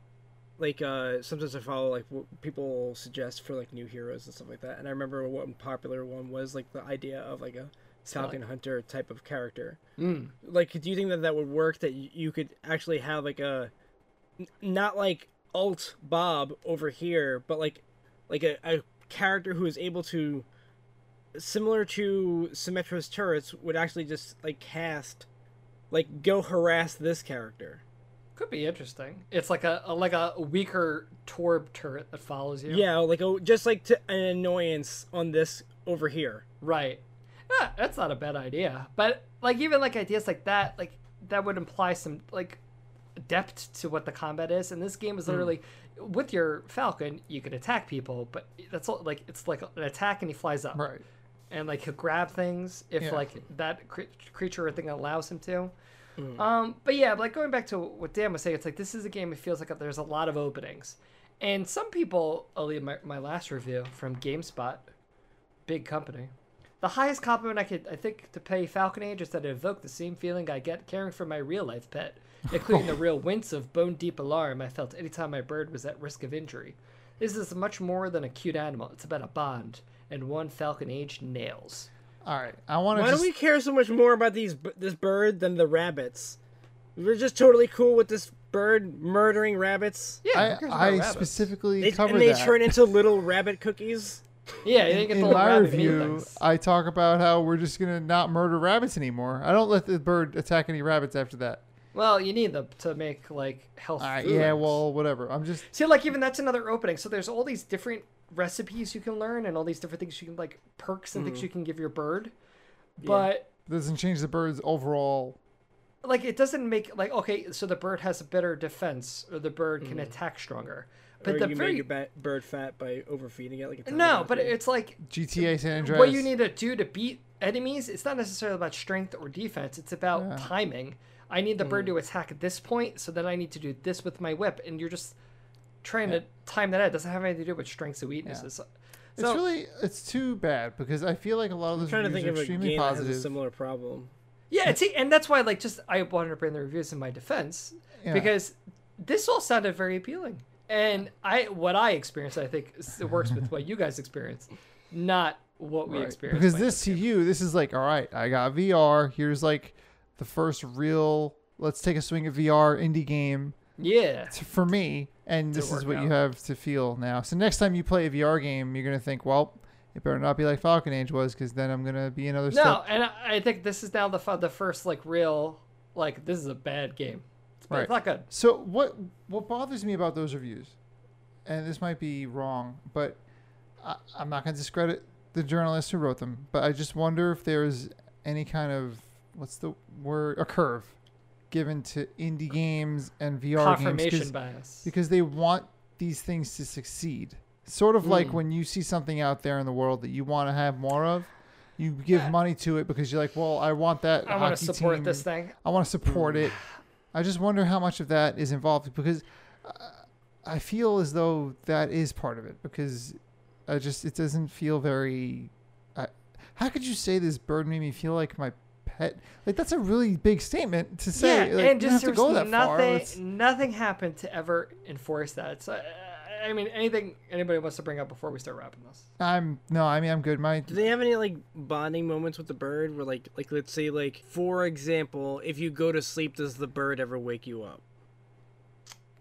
like uh, sometimes I follow like what people suggest for like new heroes and stuff like that, and I remember one popular one was like the idea of like a Falcon Hunter type of character. Mm. Like, do you think that that would work? That y- you could actually have like a n- not like alt Bob over here, but like like a, a character who is able to similar to Symmetra's turrets would actually just like cast like go harass this character. Could be interesting. It's like a, a like a weaker Torb turret that follows you. Yeah, like oh, just like to an annoyance on this over here. Right. Yeah, that's not a bad idea. But like even like ideas like that, like that would imply some like depth to what the combat is. And this Hmm. game is literally with your falcon, you can attack people, but that's all like it's like an attack and he flies up. Right. and like he'll grab things if Yeah. like that cre- creature or thing allows him to. Um, but yeah, like going back to what Dan was saying, it's like this is a game. It feels like there's a lot of openings, and some people. I'll leave my, my last review from GameSpot, big company. The highest compliment I could, I think, to pay Falcon Age is that it evoked the same feeling I get caring for my real life pet, including the real wince of bone deep alarm I felt anytime my bird was at risk of injury. This is much more than a cute animal. It's about a bond, and one Falcon Age nails. All right, I want to Why just do we care so much more about these b- this bird than the rabbits? We're just totally cool with this bird murdering rabbits. Yeah, I, who cares about I rabbits? specifically They, covered and they that. turn into little rabbit cookies. yeah, they get in the little my rabbit review, uh, things. I talk about how we're just gonna not murder rabbits anymore. I don't let the bird attack any rabbits after that. Well, you need them to make like health. All right, food Uh, yeah, items. well, whatever. I'm just See, like even that's another opening. So there's all these different recipes you can learn, and all these different things you can like perks and Mm. things you can give your bird. But doesn't change the bird's overall. like it doesn't make like okay, so the bird has a better defense, or the bird can attack stronger. But Mm. or the you very make your ba- bird fat by overfeeding it like a ton of no, but rabbit. it's like GTA San Andreas. what you need to do to beat enemies it's not necessarily about strength or defense it's about timing i need the Mm. bird to attack at this point so then i need to do this with my whip and you're just trying to time that out it doesn't have anything to do with strengths and weaknesses It's so really it's too bad because I feel like a lot of those I'm trying to reviews think are of a extremely game that positive. has a similar problem. yeah it's, and that's why like just i wanted to bring the reviews in my defense Yeah. because this all sounded very appealing and i what i experienced i think is- it works with what you guys experienced not what we Right. experienced Because by this to you, this is like, all right, I got VR. Here's like the first real let's take a swing at VR indie game yeah t- for me, and this is work what out. you have to feel now. So next time you play a VR game, you're gonna think, well, it better not be like Falcon Age was, because then I'm gonna be another No, step. and I, I think this is now the fu- the first like real like this is a bad game. It's, bad- it's Right. not good. So what what bothers me about those reviews, and this might be wrong, but I, I'm not gonna discredit the journalists who wrote them, but I just wonder if there's any kind of what's the word a curve given to indie games and VR Confirmation games 'cause- bias. because they want these things to succeed. Sort of Mm. like when you see something out there in the world that you want to have more of, you give money to it because you're like, well, I want that. I want to hockey support team. this Mm. thing. I want to support it. I just wonder how much of that is involved because uh, I feel as though that is part of it because I just it doesn't feel very. I, how could you say this bird made me feel like my pet? Like that's a really big statement to say. yeah, like, and you don't just there have to go was that far. nothing It's- nothing happened to ever enforce that. So I, I- I mean, anything anybody wants to bring up before we start wrapping this? I'm no, I mean I'm good. My Do they have any like bonding moments with the bird? Where like like let's say like for example, if you go to sleep, does the bird ever wake you up?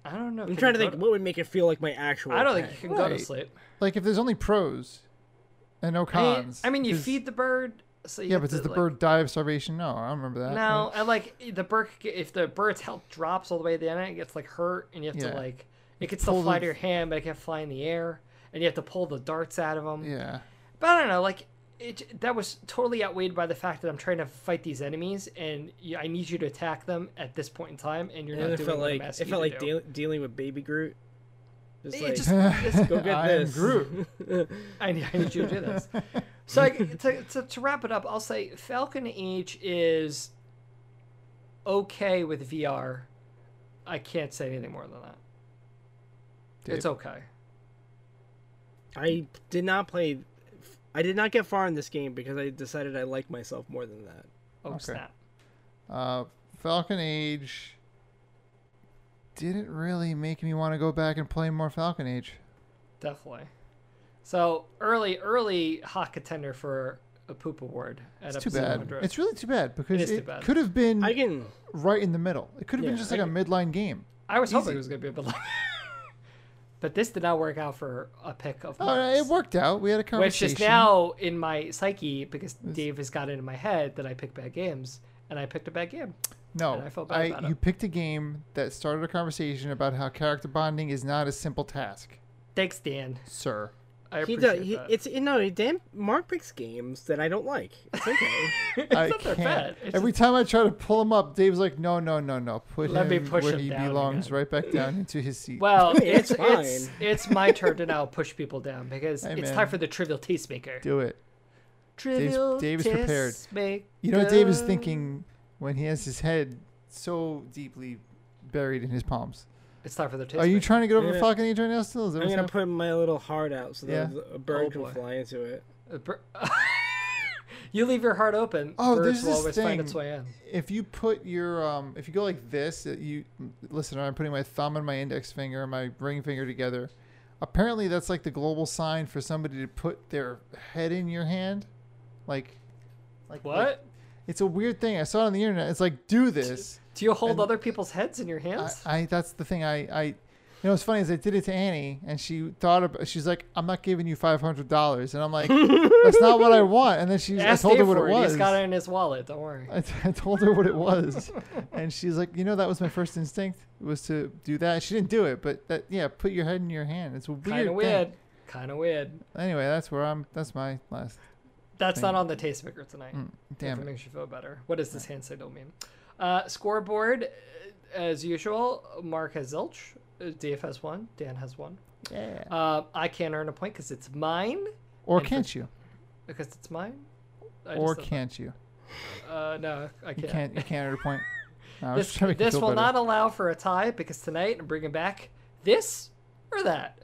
I don't know. I'm trying to think what would make it feel like my actual. I don't think pet. you can go to Right. sleep. like if there's only pros and no I mean- cons. I mean, you 'cause- feed the bird. So you Yeah, have but does to, the like- bird die of starvation? No, I don't remember that. No, and like e, the bird, could get- if the bird's health drops all the way to the end, it gets like hurt, and you have Yeah. to like it can still pull fly the- to your hand, but it can't fly in the air, and you have to pull the darts out of them. Yeah. But I don't know, like it that was totally outweighed by the fact that I'm trying to fight these enemies, and you, I need you to attack them at this point in time, and you're And not it doing felt what like I'm it asking felt you like to do. deal- dealing with baby Groot. Just It like just- it's- go get I am this. Groot. I need, I need you to do this. So I, to, to, to wrap it up, I'll say Falcon Age is okay with VR. I can't say anything more than that. It's Dave. okay. I did not play. I did not get far in this game because I decided I like myself more than that. Oh Okay. snap! Uh, Falcon Age didn't really make me want to go back and play more Falcon Age. Definitely. So early, early hot contender for a poop award at It's too episode bad. 100. It's really too bad because It is it, too bad. could have been I Oh, can. right in the middle. It could have Yeah, been just I like a midline game. I was hoping easy. it was going to be a bit like, but this did not work out for a pick of Oh, mine. it worked out. We had a which conversation. is now in my psyche because Dave has got it in my head that I pick bad games, and I picked a bad game. no, and I felt bad about it. you picked a game that started a conversation about how character bonding is not a simple task, Thanks, Dan. sir. I He appreciate does. He, that. it's you know, damn. Mark picks games that I don't like. It's okay. I not that can't. bad. It's Every time I try to pull him up, Dave's like, "No, no, no, no. Put Let me him push where him he down belongs, again." right back down into his seat." Well, mean, it's it's it's fine. it's my turn to now push people down because Hey, it's man. time for the trivial tastemaker. Do it. Trivial Dave is prepared. tastemaker. You know, Dave is um, thinking when he has his head so deeply buried in his palms. It's time for the tastemaker. Are you trying to get over Yeah. Falcon Age right now? Still, is that I'm what's gonna happening? put my little heart out so that Yeah. a bird Oh, can boy. fly into it. A br- you leave your heart open. Oh, there's birds will this always find thing. its way in. if you put your um, if you go like this, uh, you listen. I'm putting my thumb and my index finger and my ring finger together. Apparently, that's like the global sign for somebody to put their head in your hand, like, like What? like- it's a weird thing. I saw it on the internet. It's like do this. Do you hold And- other people's heads in your I, hands? I that's the thing. I I you know what's funny is I did it to Annie and she thought about she's like I'm not giving you five hundred dollars and I'm like that's not what I want and then she I Ask told her Dave what for it it. was. He's got it in his wallet. Don't worry. I, t- I told her what it was, and she's like, you know, that was my first instinct was to do that. She didn't do it, but that yeah, put your head in your hand. It's a weird. Kind of thing. weird. Kind of weird. Anyway, that's where I'm. That's my last. That's not Thing. on the tastemaker tonight. if Mm, Damn it it. makes you feel better. What does this hand signal mean? Uh, scoreboard, uh, as usual, Mark has zilch. uh, Dave has one. Dan has one. Yeah. Uh, I can't earn a point because it's mine. Or and for- can't you? Because it's mine. I Or just- can't you? Uh, no, I You can't. can't. You can't at a point. No, I was This, trying to make you this feel will better. not allow for a tie because tonight I'm bringing back this or that.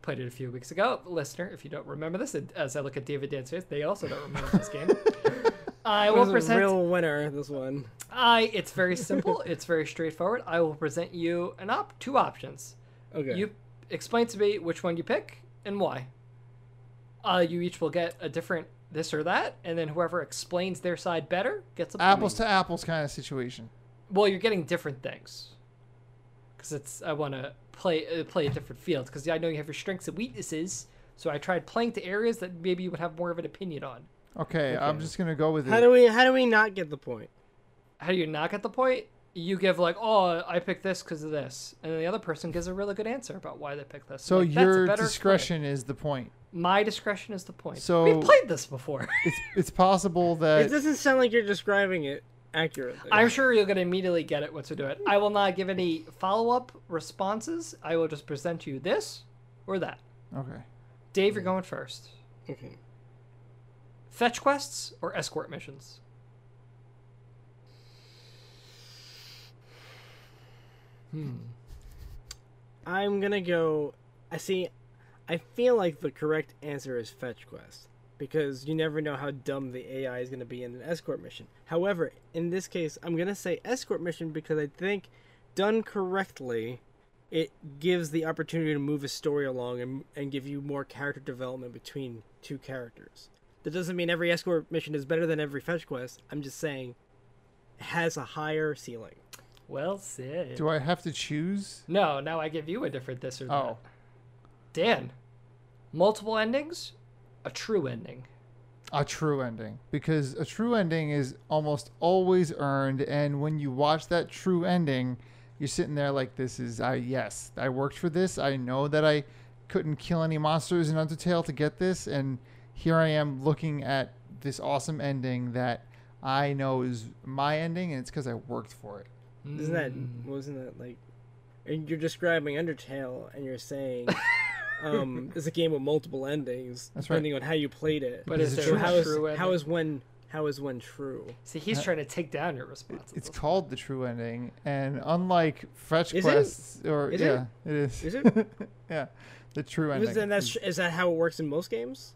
Played it a few weeks ago. Listener, if you don't remember this, and as I look at David Dan's face, they also don't remember this game. I It will was a present real winner. This one. I. It's very simple. it's very straightforward. I will present you an op two options. Okay. You explain to me which one you pick and why. Uh, you each will get a different this or that, and then whoever explains their side better gets a point. Apples to apples kind of situation. Well, you're getting different things. Because it's I want to play uh, play a different field because I know you have your strengths and weaknesses. So I tried playing to areas that maybe you would have more of an opinion on. Okay, I'm just gonna go with how it. do we? How do we not get the point? How do you not get the point? You give like, oh, I picked this because of this, and then the other person gives a really good answer about why they picked this. So I'm like, "That's a your better discretion is the point. point." My discretion is the point. So- we've played this before. It's it's possible It that doesn't sound like you're describing it accurately. I'm sure you're gonna immediately get it once we do it. I will not give any follow up responses. I will just present you this or that. okay. Dave, Hmm. you're going first. Okay. fetch quests or escort missions I'm gonna go. I see. I feel like the correct answer is fetch quest because you never know how dumb the AI is gonna be in an escort mission. However, in this case, I'm gonna say escort mission because I think done correctly, it gives the opportunity to move a story along and, and give you more character development between two characters. That doesn't mean every escort mission is better than every fetch quest. I'm just saying, it has a higher ceiling. Well said. Do I have to choose? No, now I give you a different this or that. Oh, Dan, multiple endings, a true ending. a true ending because a true ending is almost always earned, and when you watch that true ending, you're sitting there like, "This is I yes, I worked for this. I know that I couldn't kill any monsters in Undertale to get this, and here I am looking at this awesome ending that I know is my ending, and it's because I worked for it." Isn't that Mm. wasn't that like? And you're describing Undertale, and you're saying, um, it's a game with multiple endings, That's right. depending on how you played it. But Is is it there so true? a how is true ending? how is one how is one true? See, he's trying to take down your response. Uh, It's called the true ending, and unlike fetch Is it? quests, or Is it? yeah, it is. Is it? yeah, the true ending. Is, then that's, is that how it works in most games,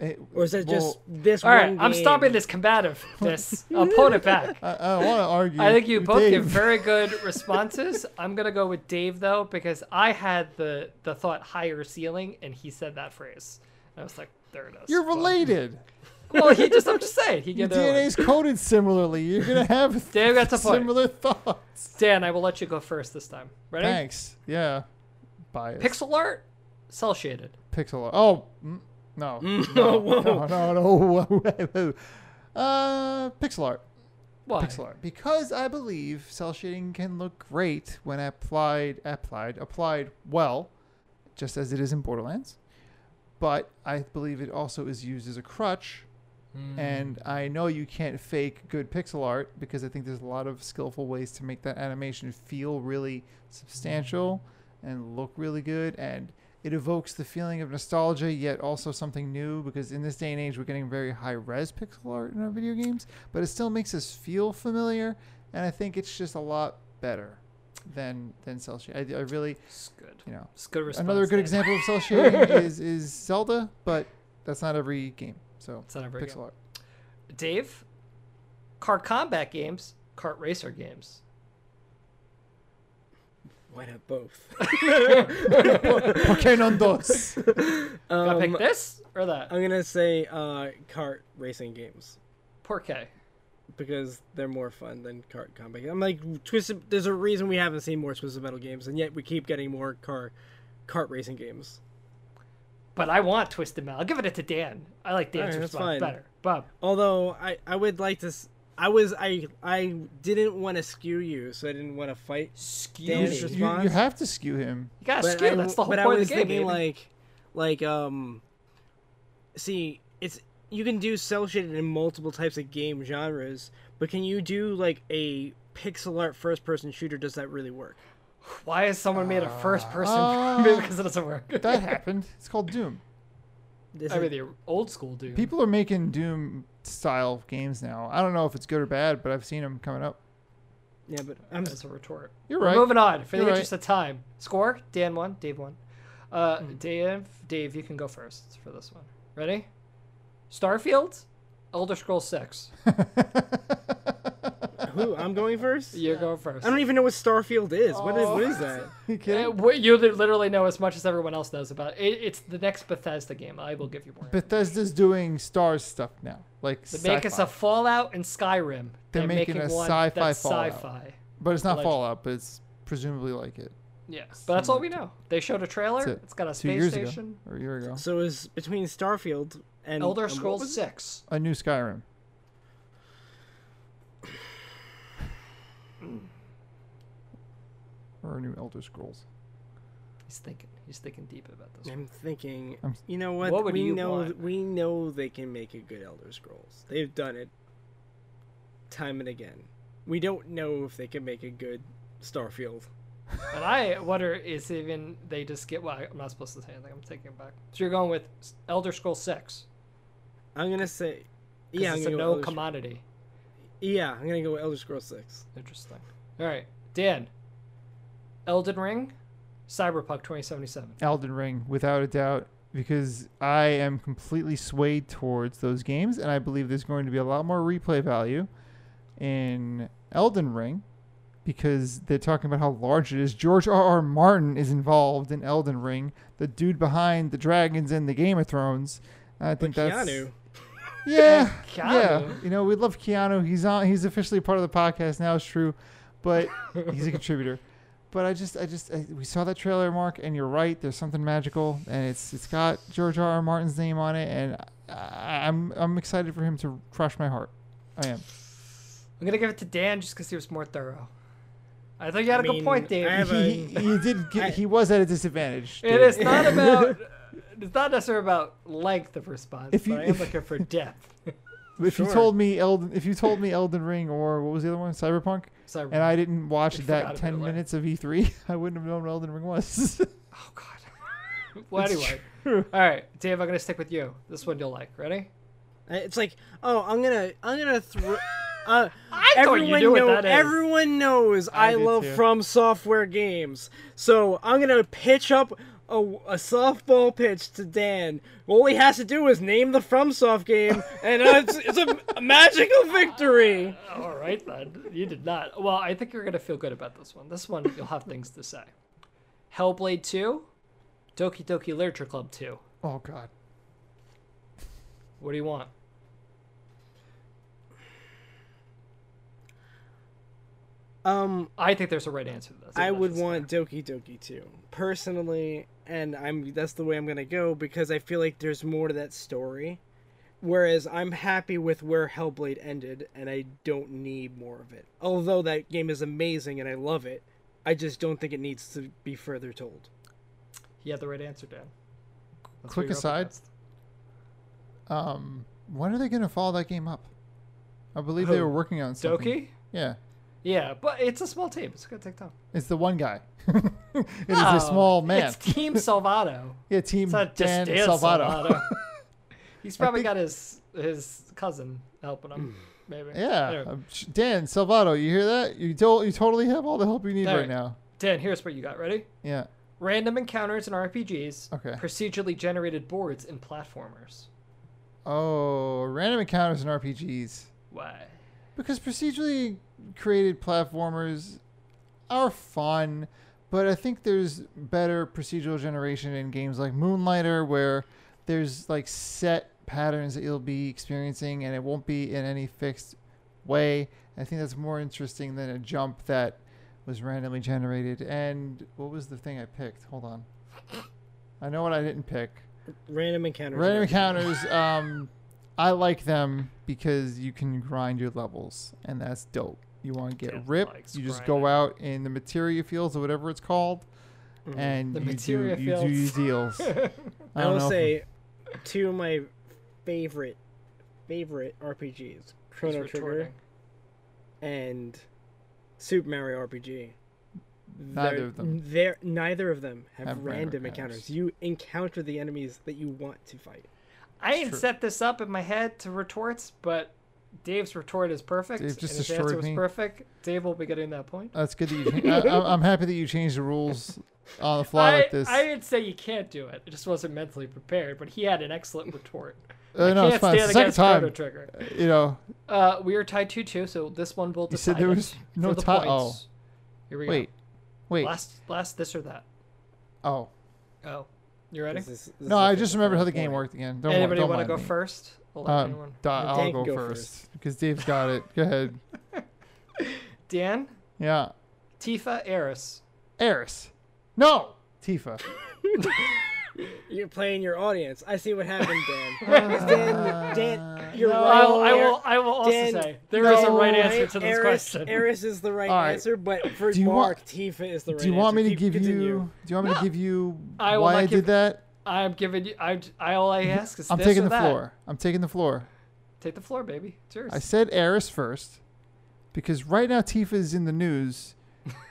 It- or is that well, just this? All right, one I'm game? stopping this combativeness. I'll pull it back. I, I want to argue. I think you with both Dave. give very good responses. I'm gonna go with Dave though because I had the the thought higher ceiling, and he said that phrase. And I was like, there it is. You're Well- related. Well, he just I'm just saying he Your get DNA's coded similarly. You're gonna have Dave, that's a point. similar thoughts. Dan, I will let you go first this time. Ready? Thanks. Yeah. Bias. Pixel art, cell shaded. Pixel. Oh mm, no. Oh, No, whoa. no. No. No. uh, pixel art. Why? Pixel art. Because I believe cell shading can look great when applied, applied, applied well, just as it is in Borderlands. But I believe it also is used as a crutch. Mm-hmm. And I know you can't fake good pixel art because I think there's a lot of skillful ways to make that animation feel really substantial and look really good. And it evokes the feeling of nostalgia, yet also something new because in this day and age, we're getting very high res pixel art in our video games, but it still makes us feel familiar. And I think it's just a lot better than than cell shading. I, I really, It's good. you know, It's good response. another good Dan. example of cell shading is is Zelda, but that's not every game. So It's not every pixel game. art. Dave, car combat games, kart racer games. Why not both? ¿Por qué no dos? Gotta Um, pick this or that. I'm gonna say uh, kart racing games Poor K. because they're more fun than kart combat. I'm like twisted. There's a reason we haven't seen more twisted metal games, and yet we keep getting more car kart racing games. But I want Twisted Metal. I'll give it to Dan. I like Dan's Alright, that's response fine. better. Bob. Although I, I would like to. s- I was I I didn't want to skew you, so I didn't want to fight. Skew Dan's me. You, response. you You have to skew him. gotta But skew. I, That's the whole but point I was of the game. thinking baby. like like um. See, it's you can do cell shaded in multiple types of game genres, but can you do like a pixel art first person shooter? Does that really work? Why has someone made a first person Uh, because it doesn't work? That happened. It's called Doom. Is I it- mean, the old school dude. People are making Doom style games now. I don't know if it's good or bad, but I've seen them coming up. Yeah, but I'm That's a retort. You're We're right. moving on for the You're right. interest of time. Score Dan one, Dave one. Uh, Dave, Dave, you can go first for this one. Ready? Starfield, Elder Scrolls Six. who? I'm going first. You go first. I don't even know what Starfield is. What is what is that? you Uh, kidding? what- you li- literally know as much as everyone else knows about it. It- It's the next Bethesda game. I will give you more. Bethesda's doing Stars stuff now. Like They make us sci-fi. a Fallout and Skyrim. They're making a one sci-fi that's Fallout. sci-fi. but it's not like- Fallout, but it's presumably like it. Yeah, but that's all we know. They showed a trailer. Mm. That's it. It's got a Two space years station. ago or a year ago. So is between Starfield and Elder and what Scrolls was it? Six. A new Skyrim. or a new Elder Scrolls. He's thinking. He's thinking deep about this. I'm thinking. I'm s- You know what? What would we you know. want? We know they can make a good Elder Scrolls. They've done it time and again. We don't know if they can make a good Starfield. And I wonder is even they just get. Well, I'm not supposed to say anything. I'm taking it back. So you're going with S- Elder Scrolls Six. I'm gonna say. 'cause Yeah, I'm it's a gonna go no Elder Scrolls- commodity. Yeah, I'm gonna go with Elder Scrolls Six. Interesting. All right, Dan. Elden Ring, Cyberpunk 2077. Elden Ring, without a doubt, because I am completely swayed towards those games, and I believe there's going to be a lot more replay value in Elden Ring because they're talking about how large it is. George R. R. Martin is involved in Elden Ring, the dude behind the dragons and the Game of Thrones. And I think that's Keanu. yeah, Keanu. yeah. You know, we love Keanu. He's on. He's officially part of the podcast now. It's true, but he's a contributor. But I just, I just, I, we saw that trailer, Mark, and you're right. There's something magical, and it's it's got George R. R. Martin's name on it, and I, I'm I'm excited for him to crush my heart. I am. I'm gonna give it to Dan just because he was more thorough. I thought you had a I good mean, point, Dave. I have a- He, he, he did. Get, I- he was at a disadvantage. It Dave. is not about. It's not necessarily about length of response. If you- but I am if- looking for depth. If you Sure. told me Elden, if you told me Elden Ring or what was the other one, Cyberpunk, Sorry. and I didn't watch I forgot that about ten it. minutes of E3, I wouldn't have known what Elden Ring was. oh God. well, It's anyway. All right, Dave. I'm gonna stick with you. This one you'll like. Ready? Uh, It's like, oh, I'm gonna, I'm gonna throw. Uh, I thought you everyone knew what know- that is. Everyone knows I, do love too. From Software games, so I'm gonna pitch up a, a softball pitch to Dan. All he has to do is name the From Soft game, and it's, it's a, a magical victory. All right then. You did not. Well, I think you're gonna feel good about this one. This one you'll have things to say. Hellblade 2, Doki Doki Literature Club 2. oh God. What do you want? Um, I think there's a right answer to this. I would want Doki Doki too, personally, and I'm that's the way I'm gonna go because I feel like there's more to that story. Whereas I'm happy with where Hellblade ended, and I don't need more of it. Although that game is amazing and I love it, I just don't think it needs to be further told. You have the right answer, Dan. That's what Quick you're up aside. against. Um, when are they going to follow that game up? I believe they Who? were working on something. Doki? Yeah, Yeah, but it's a small team. It's gonna take time. it's the one guy. It is Oh, a small man. It's Team Salvato. yeah, team It's not just Dan Dan, Salvato. Salvato. He's probably think- Hmm. got his his cousin helping him, maybe. yeah, Anyway, um, sh- Dan Salvato. You hear that? You to- you totally have all the help you need All right right. now. Dan, here's what you got. Ready? Yeah. Random encounters in RPGs. Okay. Procedurally generated boards in platformers. Oh, random encounters in RPGs. Why? Because procedurally created platformers are fun, but I think there's better procedural generation in games like Moonlighter where there's like set patterns that you'll be experiencing and it won't be in any fixed way. I think that's more interesting than a jump that was randomly generated. And what was the thing I picked? Hold on. I know what I didn't pick. Random encounters. Random encounters, um, I like them because you can grind your levels, and that's dope. You want to get Dude likes ripped, you just go grinding. out in the materia fields or whatever it's called, and The you do, materia you do fields. your deals. I I don't will know if- say, two of my favorite favorite RPGs: Chrono He's Trigger retorting. and Super Mario RPG. Neither They're- of them. They're, neither of them have, Have random random, encounters. encounters. You encounter the enemies that you want to fight. I didn't true. set this up in my head to retorts, but Dave's retort is perfect. Dave just and his destroyed answer was me. perfect. Dave will be getting that point. That's good that you. Cha- I, I'm- I'm happy that you changed the rules on the fly I, like this. I didn't say you can't do it. I just wasn't mentally prepared, but he had an excellent retort. Uh, no, I it's can't fine. It's stand the second against Chrono time. Trigger. you know, Uh, we are tied 2 2, so this one will You decide. said there it was no for the tie- oh. points. Here we wait, wait. go. Last, last this or that. oh Oh. You ready? This is- this no, is I a just fifth remembered how the point. game worked again. Don't, wor- Anybody don't want to mind me. go first? I'll let Um, anyone- Da- I'll Dan go, can go first because Dave's got it. Go ahead. Dan, Yeah. Tifa, Eris. Eris. No. Tifa. You're playing your audience. I see what happened, Dan. 'Cause Dan, Dan, you're no. right. I will, I will, Eris- I will also Dan, say there is a no. right answer to this Eris- question. Eris is the right All right. answer, but for Do you Mark, want- Tifa is the right answer. Do you want me to Keep- give continue. you? Do you want me to give you I will why not I give- did that? I'm giving you. I, I all I ask is I'm this taking or the that. floor. I'm taking the floor. Take the floor, baby. It's yours. I said Eris first because right now Tifa is in the news.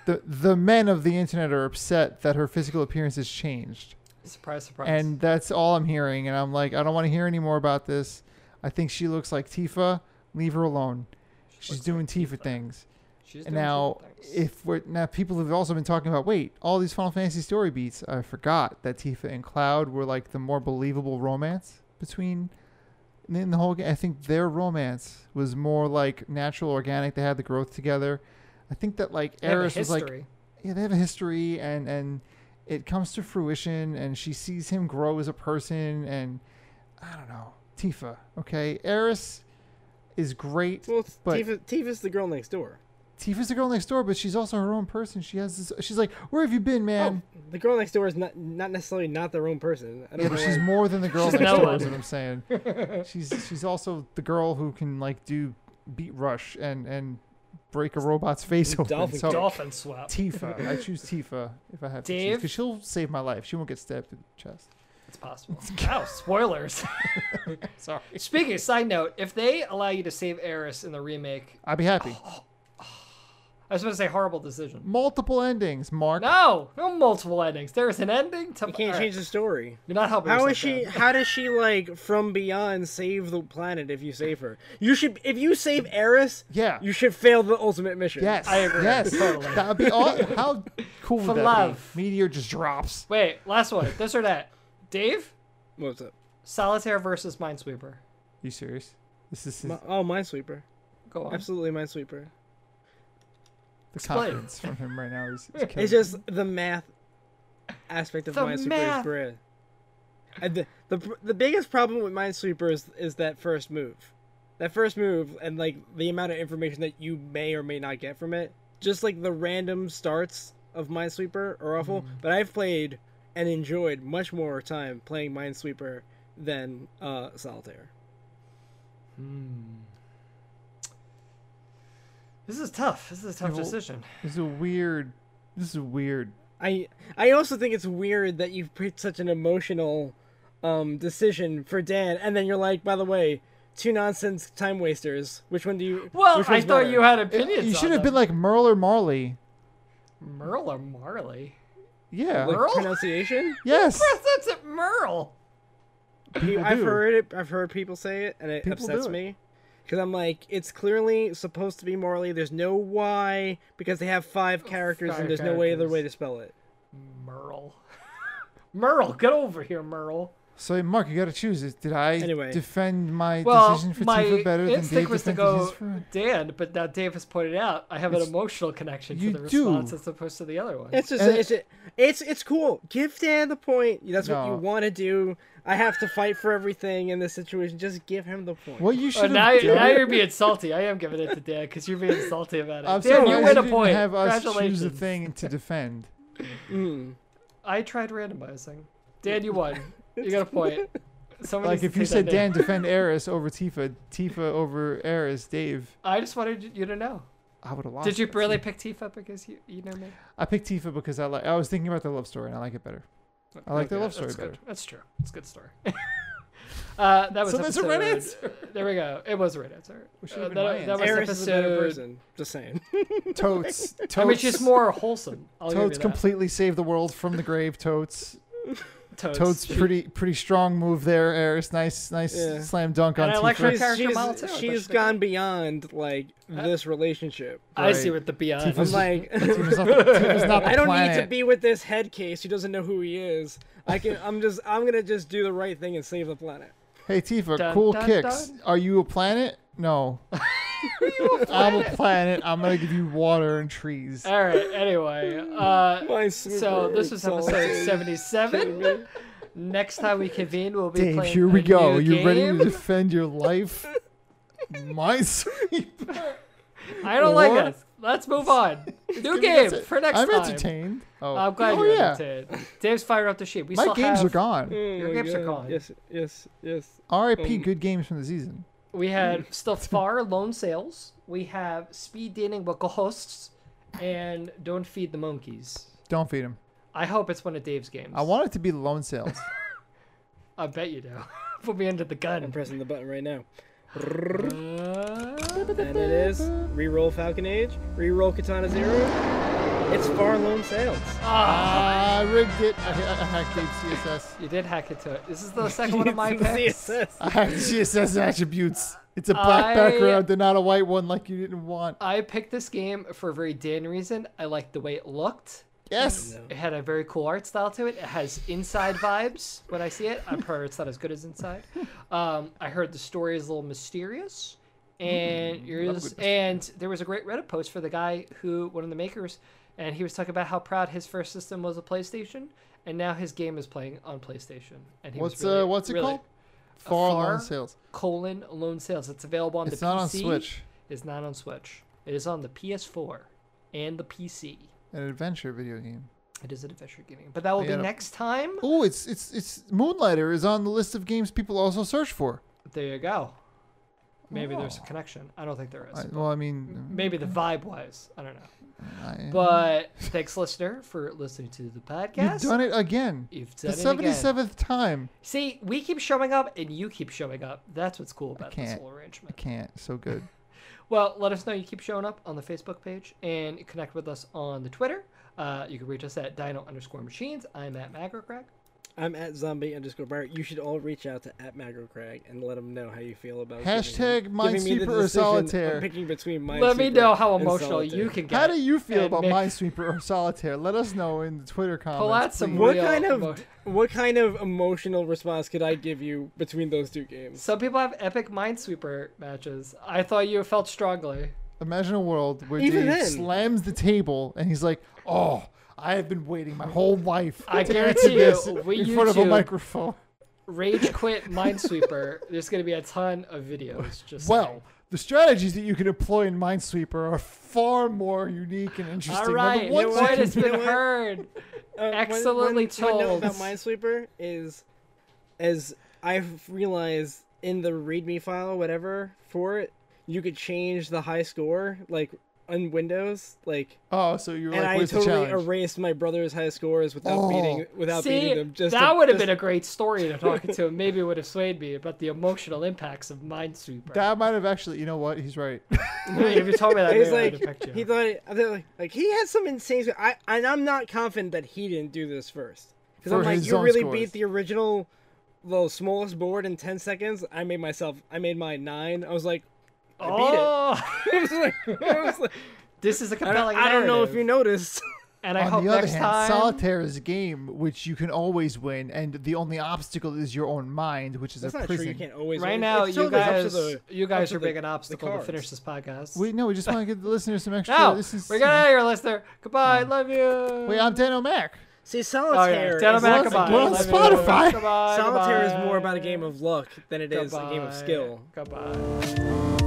the The men of the internet are upset that her physical appearance has changed, surprise, surprise. and that's all I'm hearing. And I'm like, I don't want to hear any more about this. I think she looks like Tifa. Leave her alone. She's looks doing like Tifa, Tifa. things. She's And doing now, cool things. if we're now people have also been talking about wait, all these Final Fantasy story beats. I forgot that Tifa and Cloud were like the more believable romance between in the whole game. I think their romance was more like natural, organic. They had the growth together. I think that like They have a Eris was like, history. yeah, they have a history, and and it comes to fruition, and she sees him grow as a person, and I don't know, Tifa. Okay, Eris is great, Well, it's but Tifa, Tifa's the girl next door. Tifa's the girl next door, but she's also her own person. She has this. She's like, where have you been, man? The girl next door is not not necessarily not their own person. I don't Yeah, know but she's why- more than the girl She's next no door. one. Is what I'm saying. She's she's also the girl who can like do beat rush and and break a robot's face open. Dolphin so Dolphin swap. Tifa, I choose Tifa if I have to, Dave? because she'll save my life. She won't get stabbed in the chest. It's possible. Wow, spoilers. Sorry, Speaking of side note, if they allow you to save Eris in the remake, I'd be happy. I was going to say horrible Mm. decision. Multiple endings, Mark. No, no multiple endings. There's an ending to. You can't all right, change the story. You're not helping. How yourself, is she? Dan. How does she like from beyond save the planet if you save her? You should if you save Eris. Yeah. You should fail the ultimate mission. Yes, I agree, Yes, totally. that would be all. How cool would For that love. be? Meteor just drops. Wait, last one. This or that. Dave, What's up? Solitaire versus Minesweeper. you serious? This is his, Mi- oh, Minesweeper. Go on. Absolutely, Minesweeper. the confidence from him right now. Is, is killing It's just the math aspect of The Minesweeper math. is great. And the, the pr- the biggest problem with Minesweeper is is that first move, that first move, and like the amount of information that you may or may not get from it. Just like the random starts of Minesweeper are awful, but I've played and enjoyed much more time playing Minesweeper than uh, Solitaire. This is tough. This is a tough Yeah, well- decision. This is a weird. This is a weird. I I also think it's weird that you've put such an emotional um, decision for Dan, and then you're like, by the way, two nonsense time wasters. Which one do you? Well, which I one's thought better?" you had opinions. you on should have been them. like Merle or Marley. Merle or Marley. Yeah. like Merle? pronunciation. Yes. That's it, Merle. People I've do. heard it. I've heard people say it, and it People do upsets it. me because I'm like, it's clearly supposed to be Morley. There's no why because they have five characters, Oh, Five and there's no way other characters. way to spell it. Merle. Merle, get over here, Merle. So Mark, you got to choose. Is- Did I Anyway. defend my Well, decision for my Tifa better than instinct Dave was to defended his go friend? Dan, but now Dave has pointed out I have an It's- emotional connection to you the do. response as opposed to the other one. It's just, And- it's, just, it's it's cool. Give Dan the point. That's what No. you want to do. I have to fight for everything in this situation. Just give him the point. What you Oh, should now, have you- now done. you're being salty. I am giving it to Dan because you're being salty about it. I'm Dan, surprised you win a didn't point. have us choose a Congratulations. thing to defend. I tried randomizing. Dan, you won. You got a point. Someone Like needs if to you take said that Dan name. defend Eris over Tifa, Tifa over Eris, Dave, I just wanted you to know. I would have lost. Did you that. really pick Tifa because you you know me? I picked Tifa because I like. I was thinking about the love story and I like it better. I like the Okay, love story that's good. better. That's true. It's a good story. uh, that was So that's a right episode- There we go. It was a right answer. should've Uh, been my that, that was answer. Eris is a better episode. person. Just saying. Totes. Totes. I mean, she's more wholesome. I'll give you Totes that. completely saved the world from the grave. Totes. Toads. Toad's She- pretty pretty strong move there, Eris. Nice nice Yeah. slam dunk on And I Tifa. like her- she's character she's- model too, I thought she's she- gone beyond like this relationship. I see Right. what the beyond. I'm Tifa's- like, Tifa's not the, Tifa's not the I don't need to planet. be with this head case who doesn't know who he is. I can. I'm just. I'm gonna just do the right thing and save the planet. Hey Tifa, Dun, cool dun, kicks. dun. Are you a planet? No. I'm a planet. I'm gonna give you water and trees. All right. Anyway, uh, My so this was episode seventy-seven. Next time we convene, we'll be Dave, playing. here we a go. new You are ready game. to defend your life? My sleep. I don't like What? it. Let's move on. New game That's it. for next I'm time. entertained. Oh, I'm glad oh, you're yeah. entertained. Dave's fired up the sheet. We My still games have, Mm. are gone. Your games are gone. Oh Yes. Yes. Yes. R.I.P. Good games from the season. We had still far loan sales. We have speed dating with hosts, and don't feed the monkeys. Don't feed him. I hope it's one of Dave's games. I want it to be the loan sales. I bet you do. Put me under the I'm gun. pressing the button right now. Uh, And it is reroll Falcon Age, reroll Katana Zero. It's Far Lone Sales. I rigged it. I, I, I hacked Dave's CSS. Ah, you did hack into it. This is the second one of my It's the picks. CSS. I have CSS attributes. It's a black I- background and not a white one like you didn't want. I picked this game for a very Dan reason. I liked the way it looked. Yes. It had a very cool art style to it. It has inside vibes when I see it. I'm sure it's not as good as inside. Um, I heard the story is a little mysterious, Hmm, and yours, and there was a great Reddit post for the guy who one of the makers, and he was talking about how proud his first system was a PlayStation, and now his game is playing on PlayStation. And he was What's really- uh, what's it really- called? Far Far Alone Sales. Colon Alone Sales. It's available on It's the not on PC. Switch. It's not on Switch. It is on the PS4 and the PC. An adventure video game. It is an adventure game, but that will be gotta- next time. Oh, it's it's it's Moonlighter is on the list of games people also search for. There you go. Maybe there's a connection. I don't think there is. Oh. I, well, I mean, Maybe the vibe wise. I don't know. I, But thanks, listener, for listening to the podcast. you've done it again. You've The done it seventy again. seventh time. See, we keep showing up and you keep showing up. That's what's cool about this can't. whole arrangement. Can't so good. Well, let us know you keep showing up on the Facebook page and connect with us on the Twitter. Uh, you can reach us at dino underscore machines. I'm at Magrocrack. I'm at zombie underscore Bart. You should all reach out to at Magrocrag and let them know how you feel about giving- Hashtag giving me the Minesweeper or decision of Solitaire. Picking between Let me Minesweeper know how and emotional you Solitaire. can get. How do you feel and about make- Minesweeper or Solitaire? Let us know in the Twitter comments. Pull out some please. What real kind of emo- what kind of emotional response could I give you between those two games? Some people have epic Minesweeper matches. I thought you felt strongly. Imagine a world where Even Dave then. slams the table and he's like, "Oh, I have been waiting my whole life I to guarantee answer you, this we in front of a YouTube- microphone." Rage quit Minesweeper. There's going to be a ton of videos. Just Well, saying. the strategies that you can employ in Minesweeper are far more unique and interesting. all right, Number your one, word has You know been what? heard. Uh, one- Excellently one, one note told. about Minesweeper is, as I've realized in the README file, whatever for it, you could change the high score like on Windows, like. oh, so you're and like, I where's totally the challenge? erased my brother's high scores without Oh. beating without See, beating them. Just that to- would have just- been a great story to talk to. and Maybe it would have swayed me about the emotional impacts of Minesweeper. that might have actually. You know what? He's right. if you told me that, It was maybe I would have like picked you. he thought it, I thought, like, like he had some insane. sc- I and I'm not confident that he didn't do this first because For I'm like his you own really scores. beat the original, the smallest board in ten seconds. I made myself. I made mine nine. I was like, I oh, beat it. I was like, I, was like, this is a I don't, compelling. I don't know if narrative. you noticed. And I hope On the other next hand, time. solitaire is a game which you can always win, and the only obstacle is your own mind, which is That's a not true. prison. You can't always. Right win. now, It's you totally up to guys, the- you up guys to are the- big an the obstacle to cards. finish this podcast. Wait, no, we just want to give the listeners some extra. no, this is. we're gonna hear, listener. Goodbye, love you. Wait, I'm Dan O'Mac. See, Oh, solitaire. yeah. Down is and back, We're less on- goodbye. a we're on game Love of- you. Spotify. Goodbye, Solitaire is goodbye. more about a game of luck than it is a game Goodbye. of skill. Goodbye.